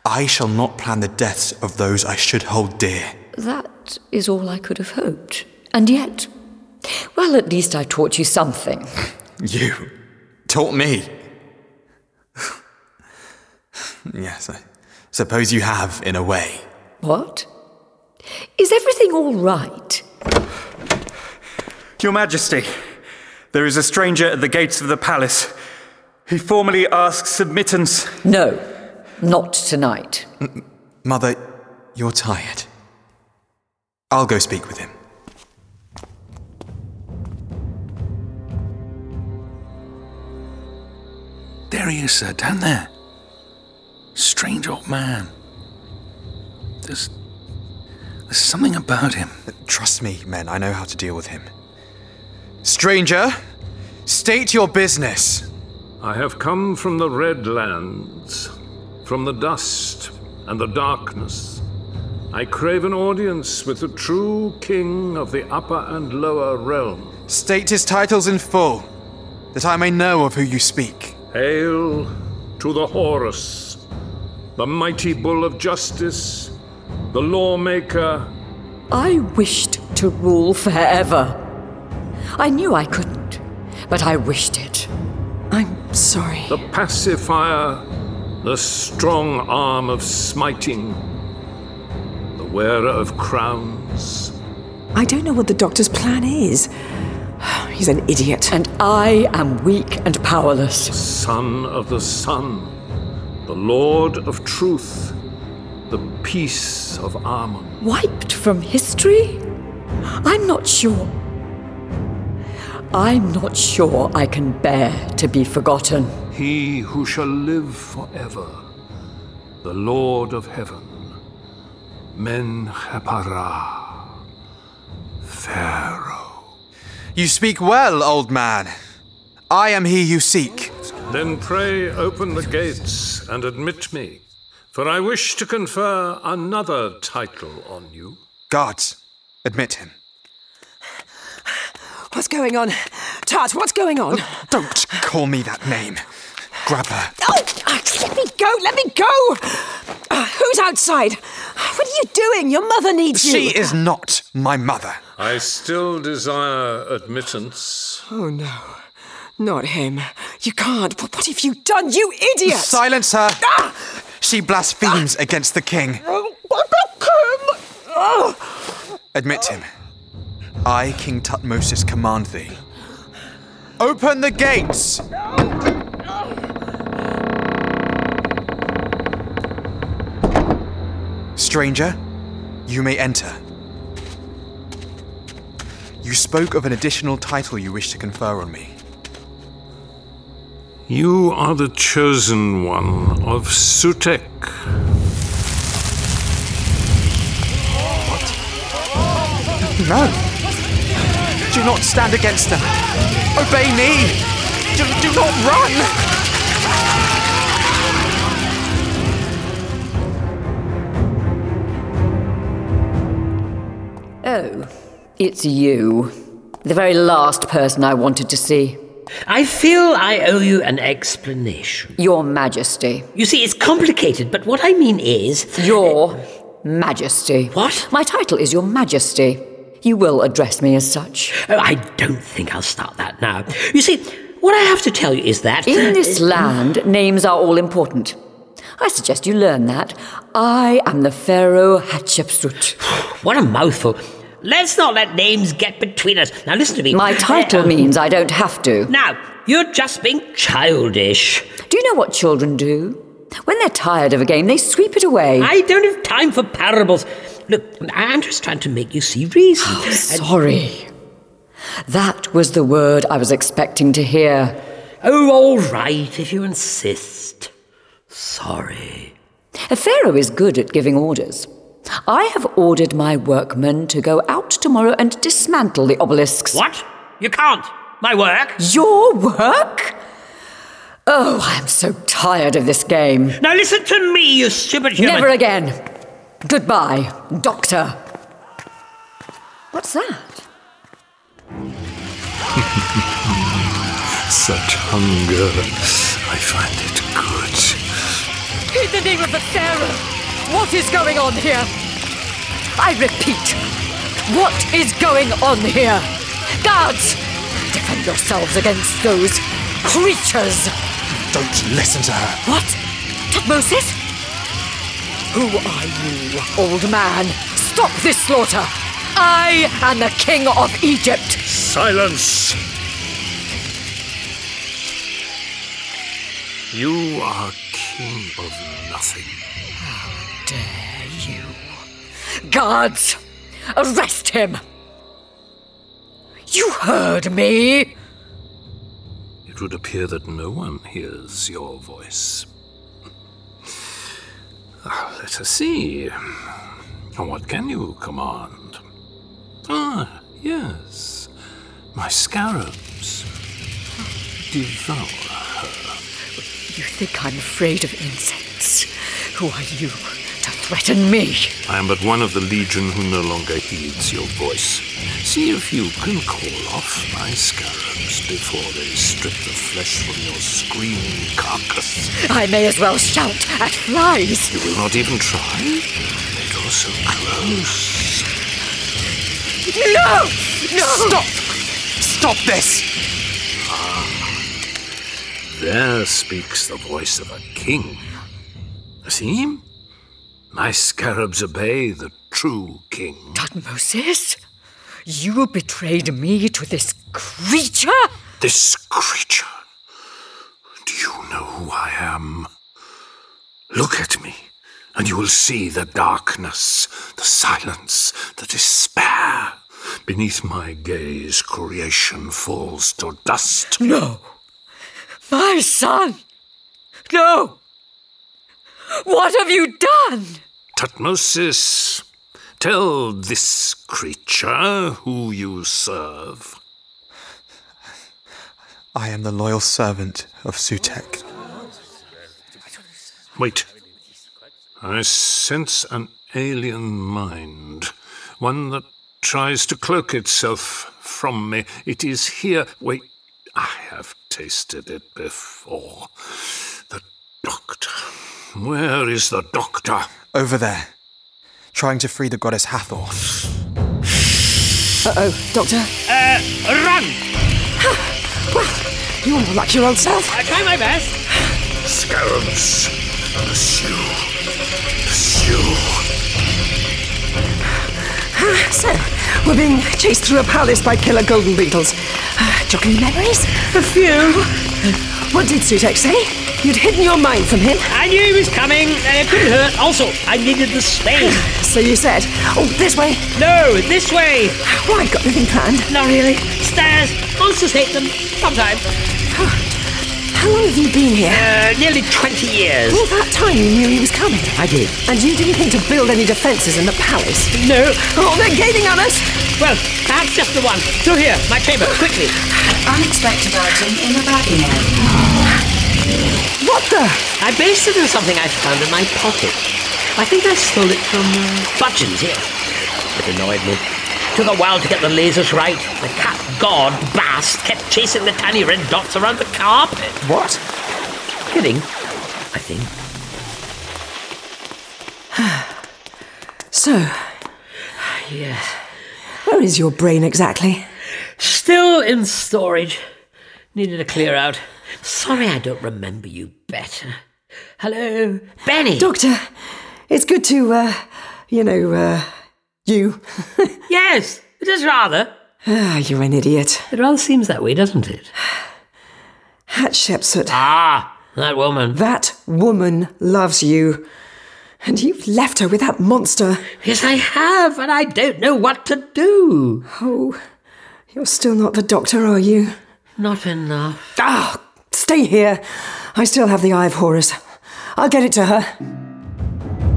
Speaker 5: I shall not plan the deaths of those I should hold dear.
Speaker 4: That is all I could have hoped. And yet, well, at least I taught you something.
Speaker 5: You taught me. *sighs* yes, I suppose you have, in a way.
Speaker 4: What? Is everything all right?
Speaker 9: Your Majesty, there is a stranger at the gates of the palace. He formally asks admittance.
Speaker 4: No, not tonight.
Speaker 5: Mother, you're tired. I'll go speak with him.
Speaker 7: There he is, sir, down there. Strange old man. There's. There's something about him.
Speaker 5: Trust me, men, I know how to deal with him. Stranger, state your business.
Speaker 7: I have come from the Red Lands, from the dust and the darkness. I crave an audience with the true king of the upper and lower realm.
Speaker 5: State his titles in full, that I may know of who you speak.
Speaker 7: Hail to the Horus, the mighty bull of justice, the lawmaker.
Speaker 4: I wished to rule forever. I knew I couldn't, but I wished it.
Speaker 3: I'm sorry.
Speaker 7: The pacifier, the strong arm of smiting, the wearer of crowns.
Speaker 3: I don't know what the doctor's plan is. *sighs* He's an idiot.
Speaker 4: And I am weak and powerless.
Speaker 7: Son of the Sun, the Lord of Truth, the peace of Armon.
Speaker 10: Wiped from history? I'm not sure. I'm not sure I can bear to be forgotten.
Speaker 7: He who shall live forever, the Lord of Heaven, Menhepara, Pharaoh.
Speaker 5: You speak well, old man. I am he you seek.
Speaker 7: Then pray open the gates and admit me, for I wish to confer another title on you.
Speaker 5: Guards, admit him.
Speaker 3: What's going on? Tart, what's going on?
Speaker 5: Don't call me that name. Grab her.
Speaker 3: Oh, ah, let me go, let me go! Ah, who's outside? What are you doing? Your mother needs you.
Speaker 5: She is not my mother.
Speaker 7: I still desire admittance.
Speaker 3: Oh, no. Not him. You can't. What, what have you done, you idiot?
Speaker 5: Silence her.
Speaker 3: Ah!
Speaker 5: She blasphemes against the king.
Speaker 3: Oh, what about Kim? Oh,
Speaker 5: Admit him. I, King Tutmosis, command thee. Open the gates! Stranger, you may enter. You spoke of an additional title you wish to confer on me.
Speaker 7: You are the chosen one of Sutek.
Speaker 5: No! Do not stand against them! Obey me! Do, do not run!
Speaker 4: Oh, it's you. The very last person I wanted to see.
Speaker 8: I feel I owe you an explanation.
Speaker 4: Your Majesty.
Speaker 8: You see, it's complicated, but what I mean is.
Speaker 4: Your Majesty.
Speaker 8: What?
Speaker 4: My title is Your Majesty. You will address me as such.
Speaker 8: Oh, I don't think I'll start that now. You see, what I have to tell you is that.
Speaker 4: In
Speaker 8: *laughs*
Speaker 4: this land, names are all important. I suggest you learn that. I am the Pharaoh Hatshepsut.
Speaker 8: What a mouthful. Let's not let names get between us. Now, listen to me.
Speaker 4: My title
Speaker 8: *laughs* Uh,
Speaker 4: means I don't have to.
Speaker 8: Now, you're just being childish.
Speaker 4: Do you know what children do? When they're tired of a game, they sweep it away.
Speaker 8: I don't have time for parables. Look, I'm just trying to make you see reason. And-
Speaker 4: Oh, Sorry. That was the word I was expecting to hear.
Speaker 8: oh, all right, if you insist. Sorry.
Speaker 4: A pharaoh is good at giving orders. I have ordered my workmen to go out tomorrow and dismantle the obelisks.
Speaker 8: What? You can't. My work.
Speaker 4: Your work? Oh, I'm so tired of this game.
Speaker 8: Now listen to me, you stupid human.
Speaker 4: Never again. Goodbye, Doctor. What's that?
Speaker 7: Such hunger. I find it good.
Speaker 10: In the name of the Pharaoh, what is going on here? I repeat, what is going on here? Guards, defend yourselves against those creatures.
Speaker 5: Don't listen to her.
Speaker 10: What? Tutmosis? Who are you, old man? Stop this slaughter. I am the king of Egypt.
Speaker 7: Silence! You are king of nothing.
Speaker 10: Dare you? Guards, arrest him. You heard me.
Speaker 7: It would appear that no one hears your voice. Ah, Let us see. What can you command? Ah, yes. My scarabs. Devour.
Speaker 10: You think I'm afraid of insects? Who are you to threaten me?
Speaker 7: I am but one of the legion who no longer heeds your voice. See if you can call off my scarabs before they strip the flesh from your screaming carcass.
Speaker 10: I may as well shout at flies.
Speaker 7: You will not even try? They draw so close.
Speaker 10: No! No!
Speaker 5: Stop! Stop this!
Speaker 7: There speaks the voice of a king. See? My scarabs obey the true king.
Speaker 10: Tutmosis? You betrayed me to this creature?
Speaker 7: This creature. Do you know who I am? Look at me and you will see the darkness, the silence, the despair. Beneath my gaze, creation falls to dust.
Speaker 4: No! My son! No! What have you done?
Speaker 7: Tutmosis, tell this creature who you serve.
Speaker 5: I am the loyal servant of Sutek.
Speaker 7: Wait. I sense an alien mind, one that tries to cloak itself from me. It is here. Wait, I have tasted it before. The doctor. Where is the doctor?
Speaker 5: Over there, trying to free the goddess Hathor.
Speaker 3: Uh oh, Doctor.
Speaker 8: Uh, run!
Speaker 3: You're more like your old self.
Speaker 8: I try my best.
Speaker 7: Scarabs. Pursue. Pursue.
Speaker 3: So, we're being chased through a palace by killer golden beetles. Uh, jogging memories? A few. What did Sutek say? You'd hidden your mind from him?
Speaker 8: I knew he was coming, and it couldn't hurt. Also, I needed the *laughs* space.
Speaker 3: So you said, oh, this way.
Speaker 8: No, this way.
Speaker 3: Well, I've got nothing planned.
Speaker 8: Not really. Stairs. Monsters hate them. Sometimes.
Speaker 3: How long have you been here?
Speaker 8: Uh, nearly 20 years.
Speaker 3: All that time you knew he was coming.
Speaker 8: I did.
Speaker 3: And you didn't think to build any defences in the palace.
Speaker 8: No.
Speaker 3: Oh, they're gaining on us!
Speaker 8: Well, perhaps just the one. Through here. My chamber. Quickly.
Speaker 11: Unexpected item in the bagging area.
Speaker 3: What the?
Speaker 8: I based it on something I found in my pocket. I think I stole it from uh, Budgeon's here. It annoyed me. Took a while to get the lasers right. The cat god, Bast, kept chasing the tiny red dots around the carpet.
Speaker 5: What?
Speaker 8: Kidding, I think.
Speaker 3: So,
Speaker 8: Yes.
Speaker 3: where is your brain exactly?
Speaker 8: Still in storage. Needed a clear out. Sorry I don't remember you better. Hello, Benny.
Speaker 3: Doctor, it's good to, uh, you know, uh, you. *laughs*
Speaker 8: Yes, it is rather.
Speaker 3: Ah, you're an idiot.
Speaker 8: It rather seems that way, doesn't it?
Speaker 3: Hatshepsut,
Speaker 8: Ah, that woman.
Speaker 3: that woman loves you. And you've left her with that monster.
Speaker 8: Yes, I have, and I don't know what to do.
Speaker 3: Oh, you're still not the doctor, are you?
Speaker 8: Not enough.
Speaker 3: Ah, stay here. I still have the Eye of Horus. I'll get it to her.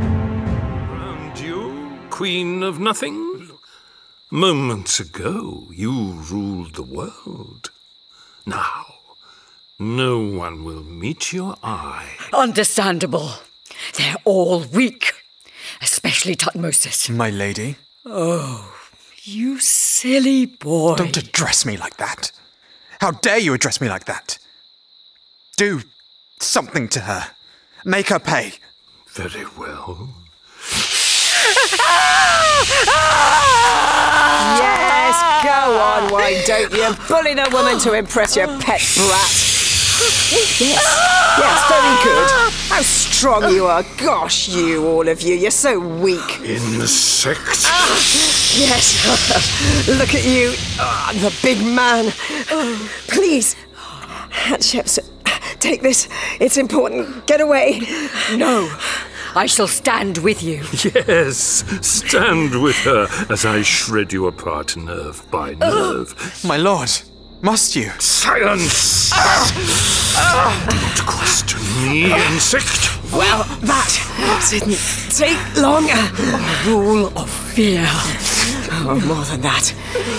Speaker 7: And you, Queen of Nothing? Moments ago, you ruled the world. Now, no one will meet your eye.
Speaker 4: Understandable. They're all weak, especially Tutmosis.
Speaker 5: My lady,
Speaker 4: You silly boy.
Speaker 5: don't address me like that. How dare you address me like that? Do something to her. Make her pay.
Speaker 7: Very well.
Speaker 3: Yes, go on, why don't you? Bullying a woman to impress your pet brat. Yes. Yes, very good. How strong you are. Gosh, you, all of you. You're so weak.
Speaker 7: Insect.
Speaker 3: Yes. *laughs* Look at you. Ah, the big man. Please. Hatshepsut, take this. It's important. Get away.
Speaker 4: No, I shall stand with you.
Speaker 7: Yes, stand with her as I shred you apart nerve by nerve.
Speaker 5: My lord, must you?
Speaker 7: Silence! Don't question me, insect.
Speaker 3: Well, that didn't take long. A rule of fear. Oh, more than that.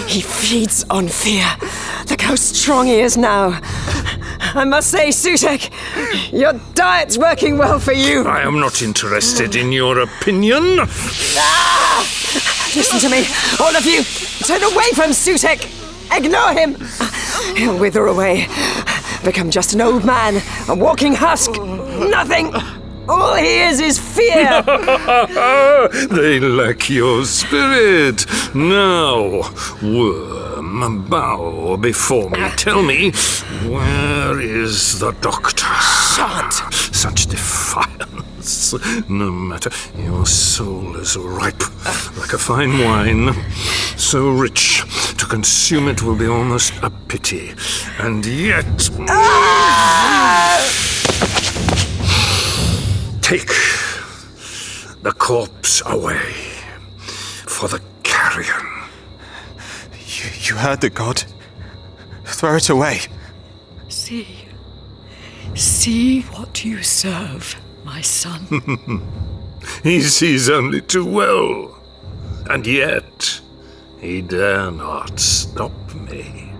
Speaker 3: He feeds on fear. Look how strong he is now. I must say, Sutek, your diet's working well for you.
Speaker 7: I am not interested in your opinion.
Speaker 3: Listen to me, all of you. Turn away from Sutek. Ignore him. He'll wither away, become just an old man, a walking husk. Nothing. All he is is fear.
Speaker 7: *laughs* they lack your spirit. Now, worm, bow before me. Tell me, where is the doctor? Shut! Such defiance. No matter, your soul is ripe, like a fine wine. So rich, To consume it will be almost a pity. And yet. Take the corpse away for the carrion.
Speaker 5: You, you heard the god. Throw it away.
Speaker 10: See. See what you serve, my son.
Speaker 7: he sees only too well. And yet, he dare not stop me.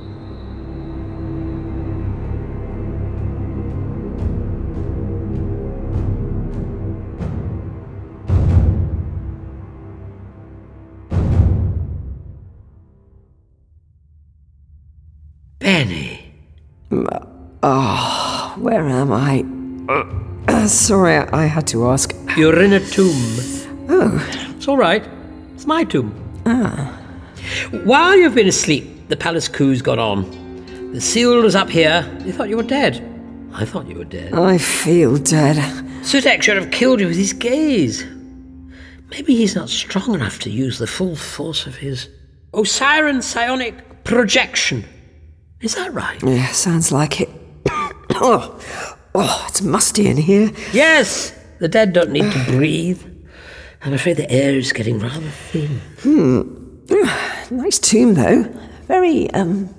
Speaker 3: Benny. Oh, where am I? Uh, sorry, I, I had to ask.
Speaker 8: You're in a tomb.
Speaker 3: Oh,
Speaker 8: It's all right. It's my tomb.
Speaker 3: ah.
Speaker 8: While you've been asleep, the palace coup's gone on. The seal was up here. They thought you were dead. I thought you were dead.
Speaker 3: I feel dead.
Speaker 8: Sutek should have killed you with his gaze. Maybe he's not strong enough to use the full force of his Osiren psionic projection. Is that right?
Speaker 3: Yeah, sounds like it. *coughs* oh, oh, it's musty in here.
Speaker 8: Yes! The dead don't need to breathe. I'm afraid the air is getting rather thin.
Speaker 3: Hmm. nice tomb, though. Very, um,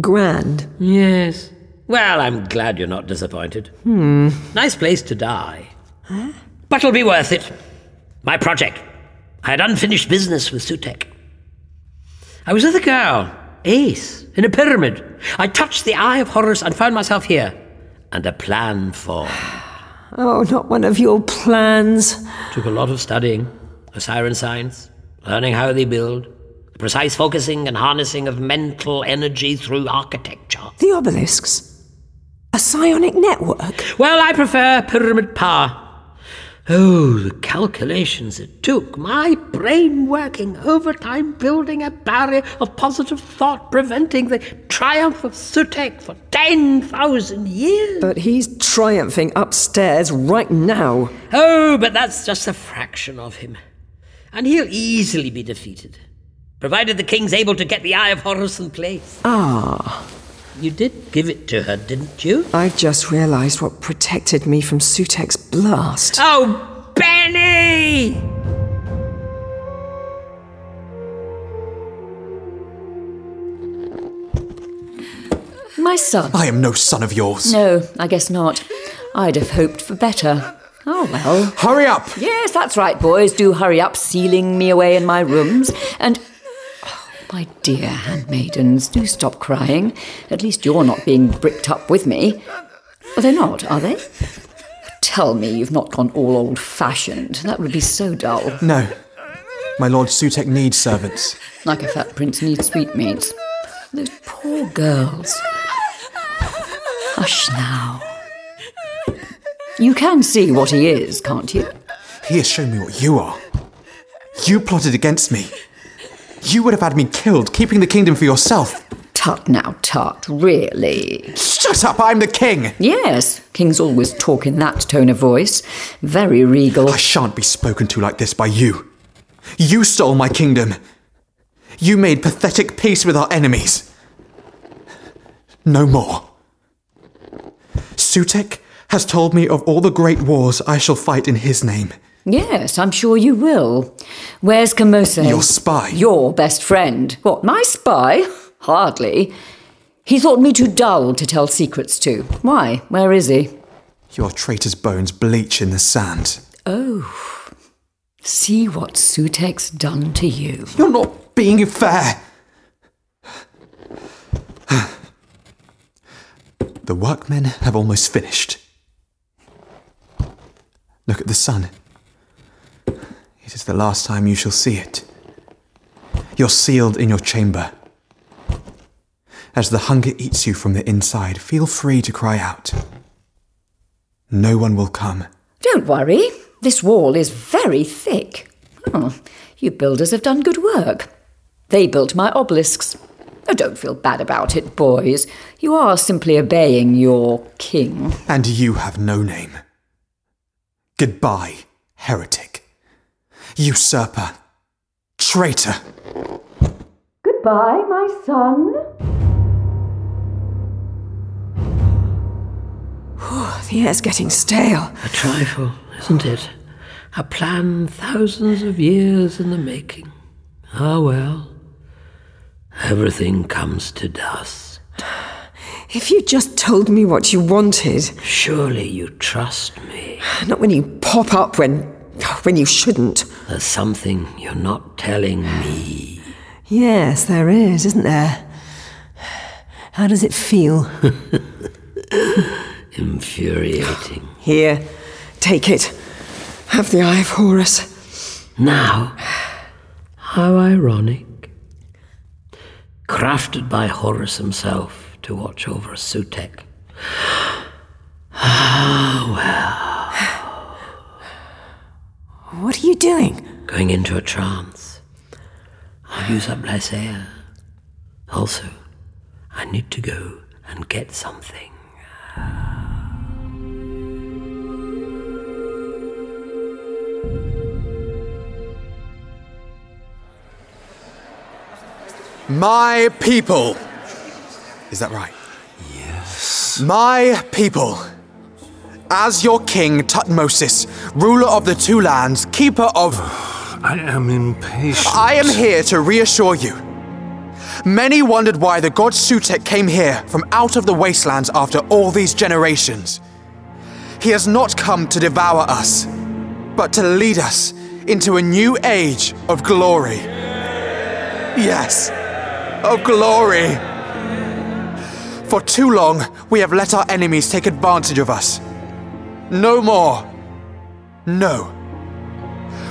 Speaker 3: grand.
Speaker 8: Yes. Well, I'm glad you're not disappointed.
Speaker 3: Hmm.
Speaker 8: Nice place to die. But it'll be worth it. My project. I had unfinished business with Sutek. I was with a girl, Ace, in a pyramid. I touched the Eye of Horus and found myself here. And a plan formed.
Speaker 3: Oh, not one of your plans.
Speaker 8: Took a lot of studying, Osiren science, learning how they build, the precise focusing and harnessing of mental energy through architecture.
Speaker 3: The obelisks. A psionic network.
Speaker 8: Well, I prefer Pyramid Power. Oh, the calculations it took. My brain working overtime, building a barrier of positive thought, preventing the triumph of Sutek for 10,000 years.
Speaker 3: But he's triumphing upstairs right now.
Speaker 8: Oh, but that's just a fraction of him. And he'll easily be defeated. Provided the king's able to get the Eye of Horus in place.
Speaker 3: Ah.
Speaker 8: You did give it to her, didn't you?
Speaker 3: I just realised what protected me from Sutek's blast.
Speaker 8: Oh, Benny!
Speaker 4: *laughs* My son.
Speaker 5: I am no son of yours.
Speaker 4: No, I guess not. I'd have hoped for better. Oh well.
Speaker 5: Hurry up!
Speaker 4: Yes, that's right, boys. Do hurry up, sealing me away in my rooms. And. Oh, my dear handmaidens, do stop crying. At least you're not being bricked up with me. Well, they're not, are they? Tell me you've not gone all old fashioned. That would be so dull.
Speaker 5: No. My lord Sutek needs servants.
Speaker 4: Like a fat prince needs sweetmeats. Those poor girls. Hush now. You can see what he is, can't you?
Speaker 5: He has shown me what you are. You plotted against me. You would have had me killed, keeping the kingdom for yourself.
Speaker 4: Tut now, tut, really.
Speaker 5: Shut up, I'm the king!
Speaker 4: Yes, kings always talk in that tone of voice. Very regal.
Speaker 5: I shan't be spoken to like this by you. You stole my kingdom. You made pathetic peace with our enemies. No more. Sutek has told me of all the great wars I shall fight in his name.
Speaker 4: Yes, I'm sure you will. Where's Kamose?
Speaker 5: Your spy.
Speaker 4: Your best friend. What, my spy? Hardly. He thought me too dull to tell secrets to. Why? Where is he?
Speaker 5: Your traitor's bones bleach in the sand.
Speaker 4: Oh. See what Sutek's done to you.
Speaker 5: You're not being fair. The workmen have almost finished. Look at the sun. It is the last time you shall see it. You're sealed in your chamber. As the hunger eats you from the inside, feel free to cry out. No one will come.
Speaker 4: Don't worry. This wall is very thick. Oh, you builders have done good work. They built my obelisks. Oh, don't feel bad about it, boys. You are simply obeying your king.
Speaker 5: And you have no name. Goodbye, heretic. Usurper. Traitor.
Speaker 4: Good Goodbye, my son.
Speaker 3: The air's getting stale.
Speaker 12: A trifle, isn't it? A plan thousands of years in the making. Ah, well. Everything comes to dust.
Speaker 3: If you just told me what you wanted.
Speaker 12: Surely you trust me.
Speaker 3: Not when you pop up when. when you shouldn't.
Speaker 12: There's something you're not telling me.
Speaker 3: Yes, there is, isn't there? How does it feel?
Speaker 12: Infuriating.
Speaker 3: Here, take it. Have the Eye of Horus.
Speaker 12: Now, how ironic. Crafted by Horus himself to watch over Sutek.
Speaker 3: What are you doing?
Speaker 12: Going into a trance. I'll use up less air. Also, I need to go and get something.
Speaker 5: My people. Is that right? Yes. My people. As your king, Tutmosis, ruler of the two lands, keeper of.
Speaker 7: I am impatient.
Speaker 5: I am here to reassure you. Many wondered why the god Sutek came here from out of the wastelands after all these generations. He has not come to devour us, but to lead us into a new age of glory. Yes, of glory. For too long, we have let our enemies take advantage of us. No more. No.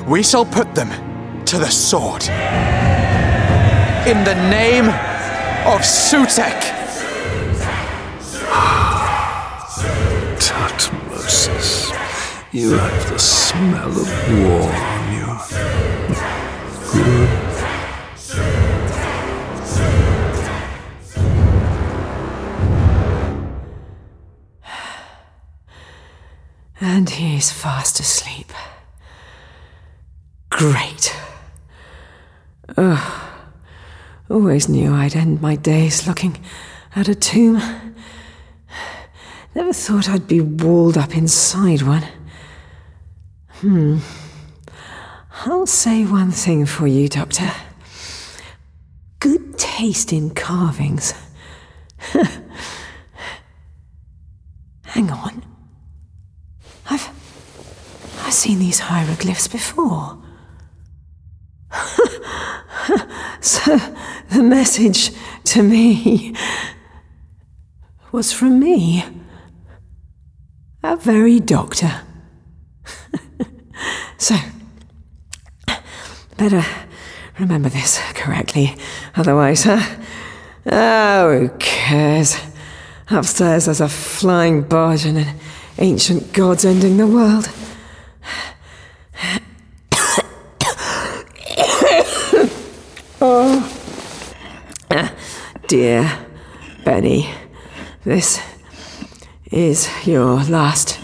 Speaker 5: We shall put them to the sword. In the name of Sutek.
Speaker 7: Tutmosis, you have the smell of war on you. Good.
Speaker 3: And he's fast asleep. Great. Ugh. Always knew I'd end my days looking at a tomb. Never thought I'd be walled up inside one. Hmm. I'll say one thing for you, Doctor. Good taste in carvings. Hang on. I've I've seen these hieroglyphs before. *laughs* so the message to me was from me. Our very doctor. *laughs* so better remember this correctly, otherwise, huh? Oh, who cares? Upstairs there's a flying barge and an ancient gods ending the world. *coughs* oh. *coughs* Ah, Dear Benny, this is your last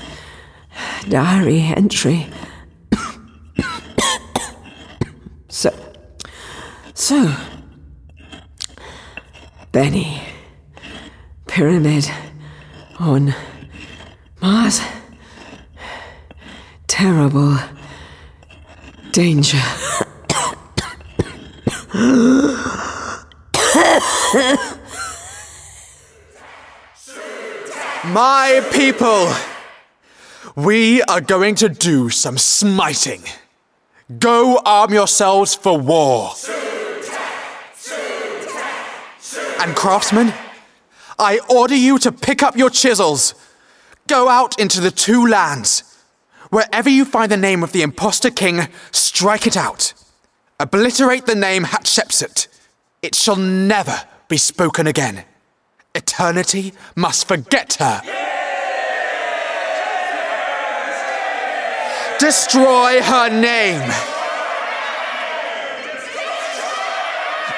Speaker 3: diary entry. so, so, Benny, pyramid on Mars, terrible danger.
Speaker 5: My people, we are going to do some smiting. Go arm yourselves for war. And craftsmen, I order you to pick up your chisels. Go out into the two lands. Wherever you find the name of the imposter king, strike it out. Obliterate the name Hatshepsut. It shall never be spoken again. Eternity must forget her. Destroy her name.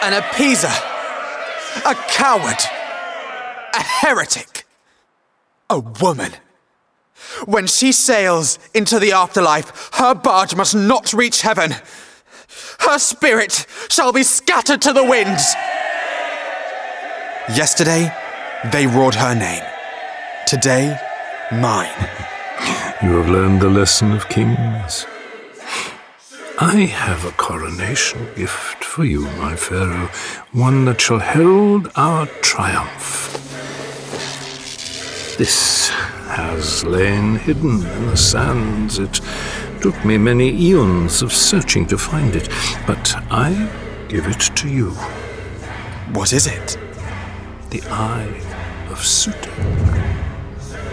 Speaker 5: An appeaser. A coward. A heretic. A woman. When she sails into the afterlife, her barge must not reach heaven. Her spirit shall be scattered to the winds. Yesterday, they roared her name. Today, mine.
Speaker 7: You have learned the lesson of kings. I have a coronation gift for you, my Pharaoh, one that shall herald our triumph. This has lain hidden in the sands. It took me many eons of searching to find it, but I give it to you.
Speaker 5: What is it?
Speaker 7: The Eye of Suta.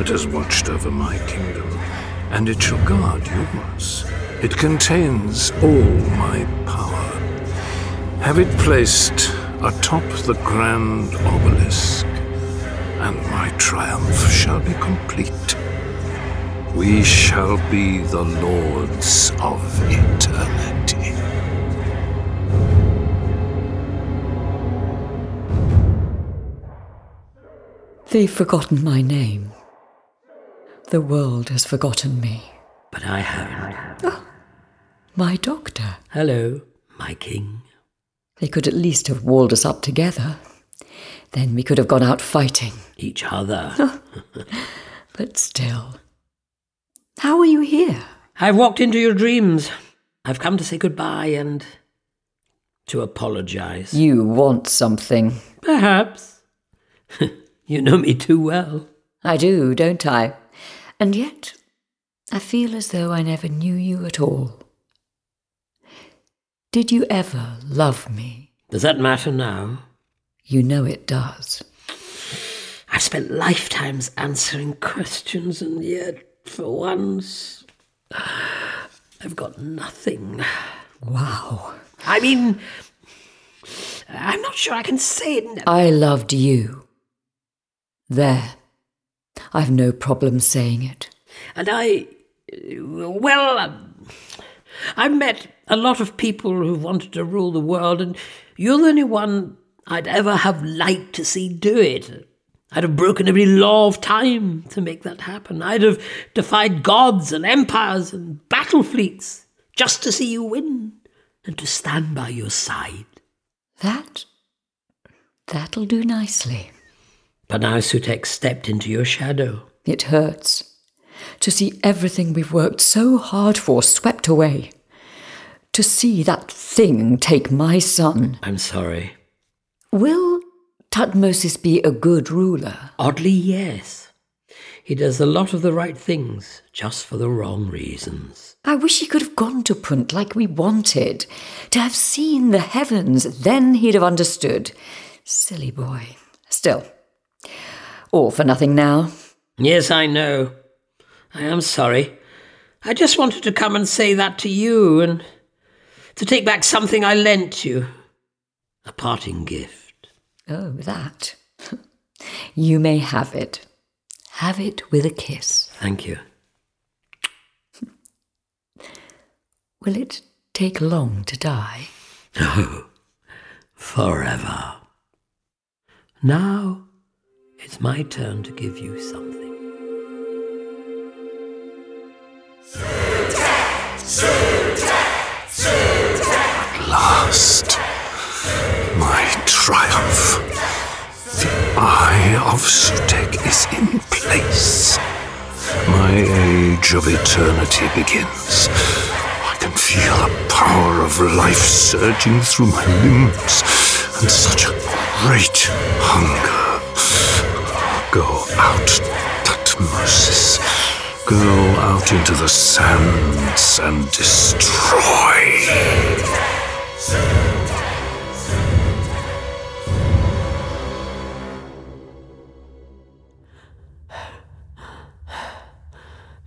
Speaker 7: It has watched over my kingdom, and it shall guard yours. It contains all my power. Have it placed atop the grand obelisk, and my triumph shall be complete. We shall be the lords of eternity.
Speaker 4: They've forgotten my name. The world has forgotten me.
Speaker 8: But I haven't.
Speaker 4: My doctor.
Speaker 8: Hello, my king.
Speaker 4: They could at least have walled us up together. Then we could have gone out fighting.
Speaker 8: Each other.
Speaker 4: But still. How are you here?
Speaker 8: I've walked into your dreams. I've come to say goodbye and to apologize.
Speaker 4: You want something.
Speaker 8: Perhaps. *laughs* you know me too well.
Speaker 4: I do, don't I? And yet, I feel as though I never knew you at all. Did you ever love me?
Speaker 8: Does that matter now?
Speaker 4: You know it does.
Speaker 8: I've spent lifetimes answering questions, and yet, for once, *sighs* I've got nothing.
Speaker 4: Wow.
Speaker 8: I mean, I'm not sure I can say it. now.
Speaker 4: I loved you. There. I've no problem saying it.
Speaker 8: And I, well, um, I've met a lot of people who've wanted to rule the world, and you're the only one I'd ever have liked to see do it. I'd have broken every law of time to make that happen. I'd have defied gods and empires and battle fleets just to see you win and to stand by your side.
Speaker 4: That. that'll do nicely.
Speaker 8: But now Sutek stepped into your shadow.
Speaker 4: It hurts. To see everything we've worked so hard for swept away. To see that thing take my son.
Speaker 8: I'm sorry.
Speaker 4: Will Tutmosis be a good ruler?
Speaker 8: Oddly, yes. He does a lot of the right things, just for the wrong reasons.
Speaker 4: I wish he could have gone to Punt like we wanted. To have seen the heavens, then he'd have understood. Silly boy. Still, all for nothing now.
Speaker 8: Yes, I know. I am sorry. I just wanted to come and say that to you and to take back something I lent you. A parting gift.
Speaker 4: Oh, that. *laughs* You may have it. Have it with a kiss.
Speaker 8: Thank you.
Speaker 4: Will it take long to die?
Speaker 8: No. Forever. Now it's my turn to give you something.
Speaker 7: At last, my triumph. The Eye of Sutek is in place. My age of eternity begins. I can feel the power of life surging through my limbs, and such a great hunger. Go out, Tutmosis. Go out into the sands and destroy.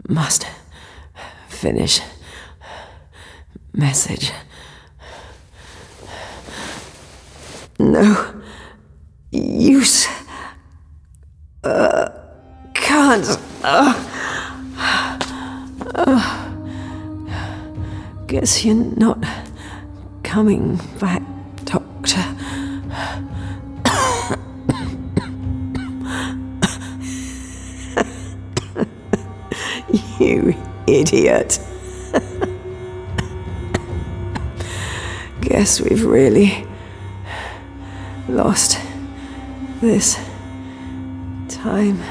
Speaker 3: Must finish message. No use. Uh, can't. Uh, uh, guess you're not coming back, Doctor. you idiot. Guess we've really lost This time.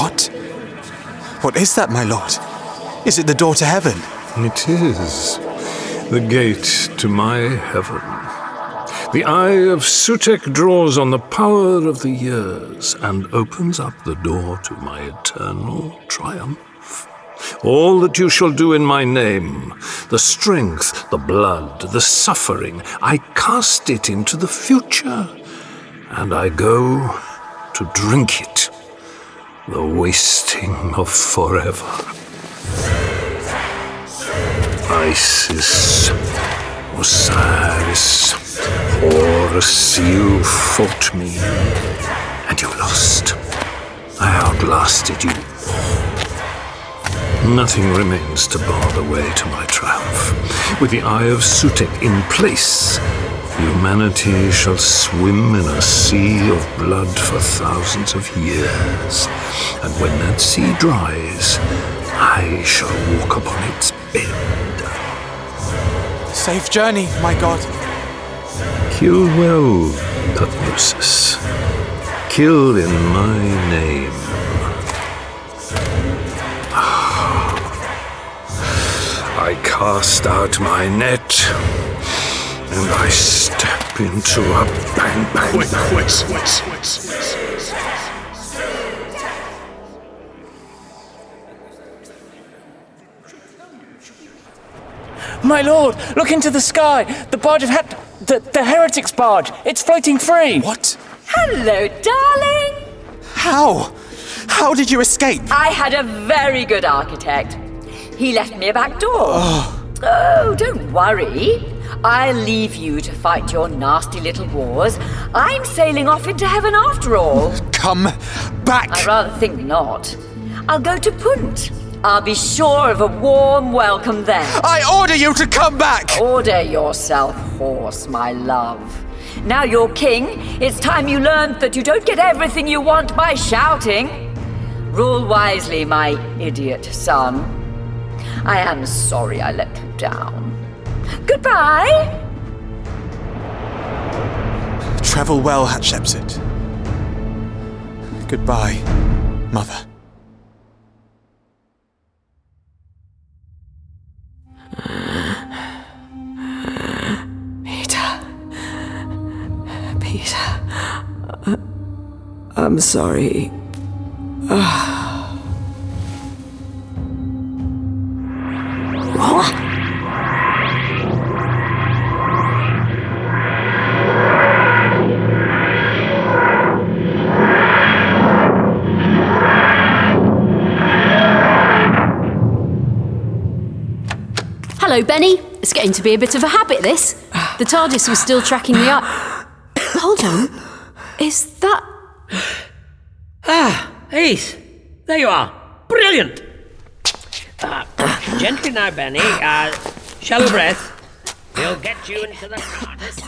Speaker 5: What? What is that, my lord? Is it the door to heaven?
Speaker 7: It is. The gate to my heaven. The eye of Sutek draws on the power of the years and opens up the door to my eternal triumph. All that you shall do in my name, the strength, the blood, the suffering, I cast it into the future, and I go to drink it. The wasting of forever. Isis, Osiris, Horus, you fought me, and you lost. I outlasted you. Nothing remains to bar the way to my triumph. With the Eye of Sutek in place, humanity shall swim in a sea of blood for thousands of years. And when that sea dries, I shall walk upon its bed.
Speaker 5: Safe journey, my god.
Speaker 7: Kill well, Tutmosis. Kill in my name. Ah. I cast out my net and I step into a bang bang. Wait, wait, wait, wait,
Speaker 13: My lord, look into the sky. The barge of Hat. The, the heretic's barge. It's floating free.
Speaker 5: What?
Speaker 4: Hello, darling!
Speaker 5: How? How did you escape?
Speaker 4: I had a very good architect. He left me a back door.
Speaker 5: Oh.
Speaker 4: Oh, don't worry. I'll leave you to fight your nasty little wars. I'm sailing off into heaven after all.
Speaker 5: Come back!
Speaker 4: I rather think not. I'll go to Punt. I'll be sure of a warm welcome there.
Speaker 5: I order you to come back!
Speaker 4: Order yourself, horse, my love. Now you're king, it's time you learned that you don't get everything you want by shouting. Rule wisely, my idiot son. I am sorry I let you down. Goodbye!
Speaker 5: Travel well, Hatshepsut. Goodbye, mother.
Speaker 3: Peter. Peter. I, I'm sorry. Ah. What?
Speaker 14: Hello, Benny. It's getting to be a bit of a habit, this. The TARDIS was still tracking the eye. Hold on. Is that.
Speaker 8: Ah, Ace, there you are. Brilliant. Uh, gently now, Benny. Uh, shallow breath. We'll get you into the TARDIS.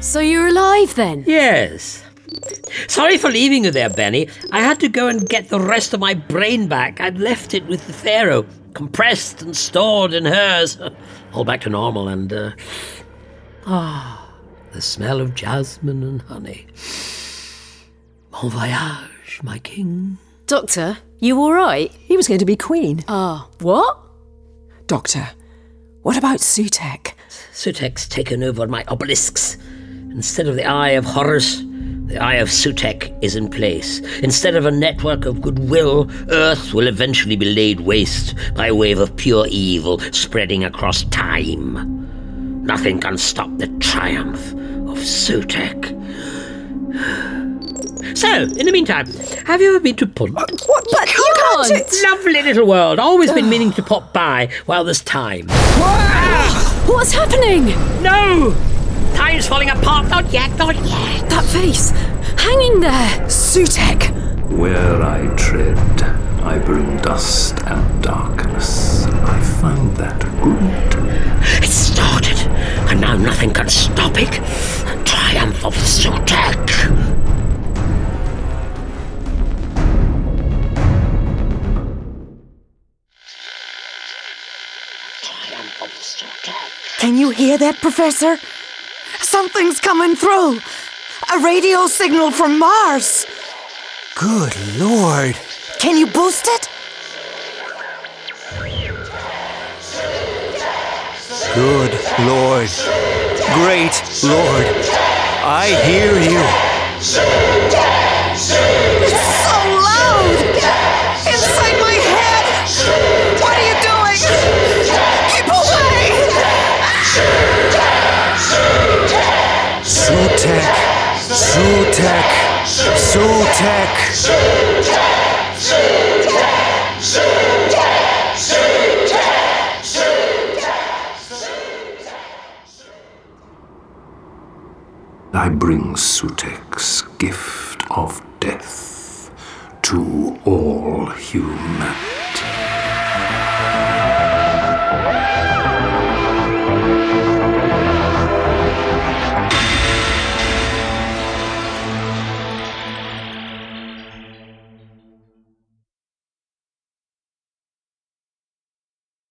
Speaker 14: So you're alive then?
Speaker 8: Yes. Sorry for leaving you there, Benny. I had to go and get the rest of my brain back. I'd left it with the Pharaoh, compressed and stored in hers. *laughs* All back to normal and. Uh, ah, the smell of jasmine and honey. Bon voyage, my king.
Speaker 14: Doctor, you alright?
Speaker 3: He was going to be queen.
Speaker 14: Ah, what?
Speaker 3: Doctor, what about Sutek?
Speaker 8: Sutek's taken over my obelisks. Instead of the Eye of Horus, the Eye of Sutek is in place. Instead of a network of goodwill, Earth will eventually be laid waste by a wave of pure evil spreading across time. Nothing can stop the triumph of Sutek. So, in the meantime, have you ever been to Punt?
Speaker 3: What? But you can't!
Speaker 8: Lovely little world. Always been meaning to pop by while there's time.
Speaker 14: What's happening?
Speaker 8: No! Time's falling apart. Not yet, not yet.
Speaker 14: That face! Hanging there!
Speaker 3: Sutek!
Speaker 7: Where I tread, I bring dust and darkness. I find that good.
Speaker 8: It started, and now nothing can like a triumph of the Sultak.
Speaker 1: Can you hear that, Professor? Something's coming through! A radio signal from Mars!
Speaker 2: Good lord!
Speaker 1: Can you boost it?
Speaker 2: Good lord! Great lord! I hear you!
Speaker 1: It's so loud! Inside my head! What are you doing? Keep away!
Speaker 2: Sutek! Sutek! Sutek!
Speaker 7: I bring Sutek's gift of death to all humanity.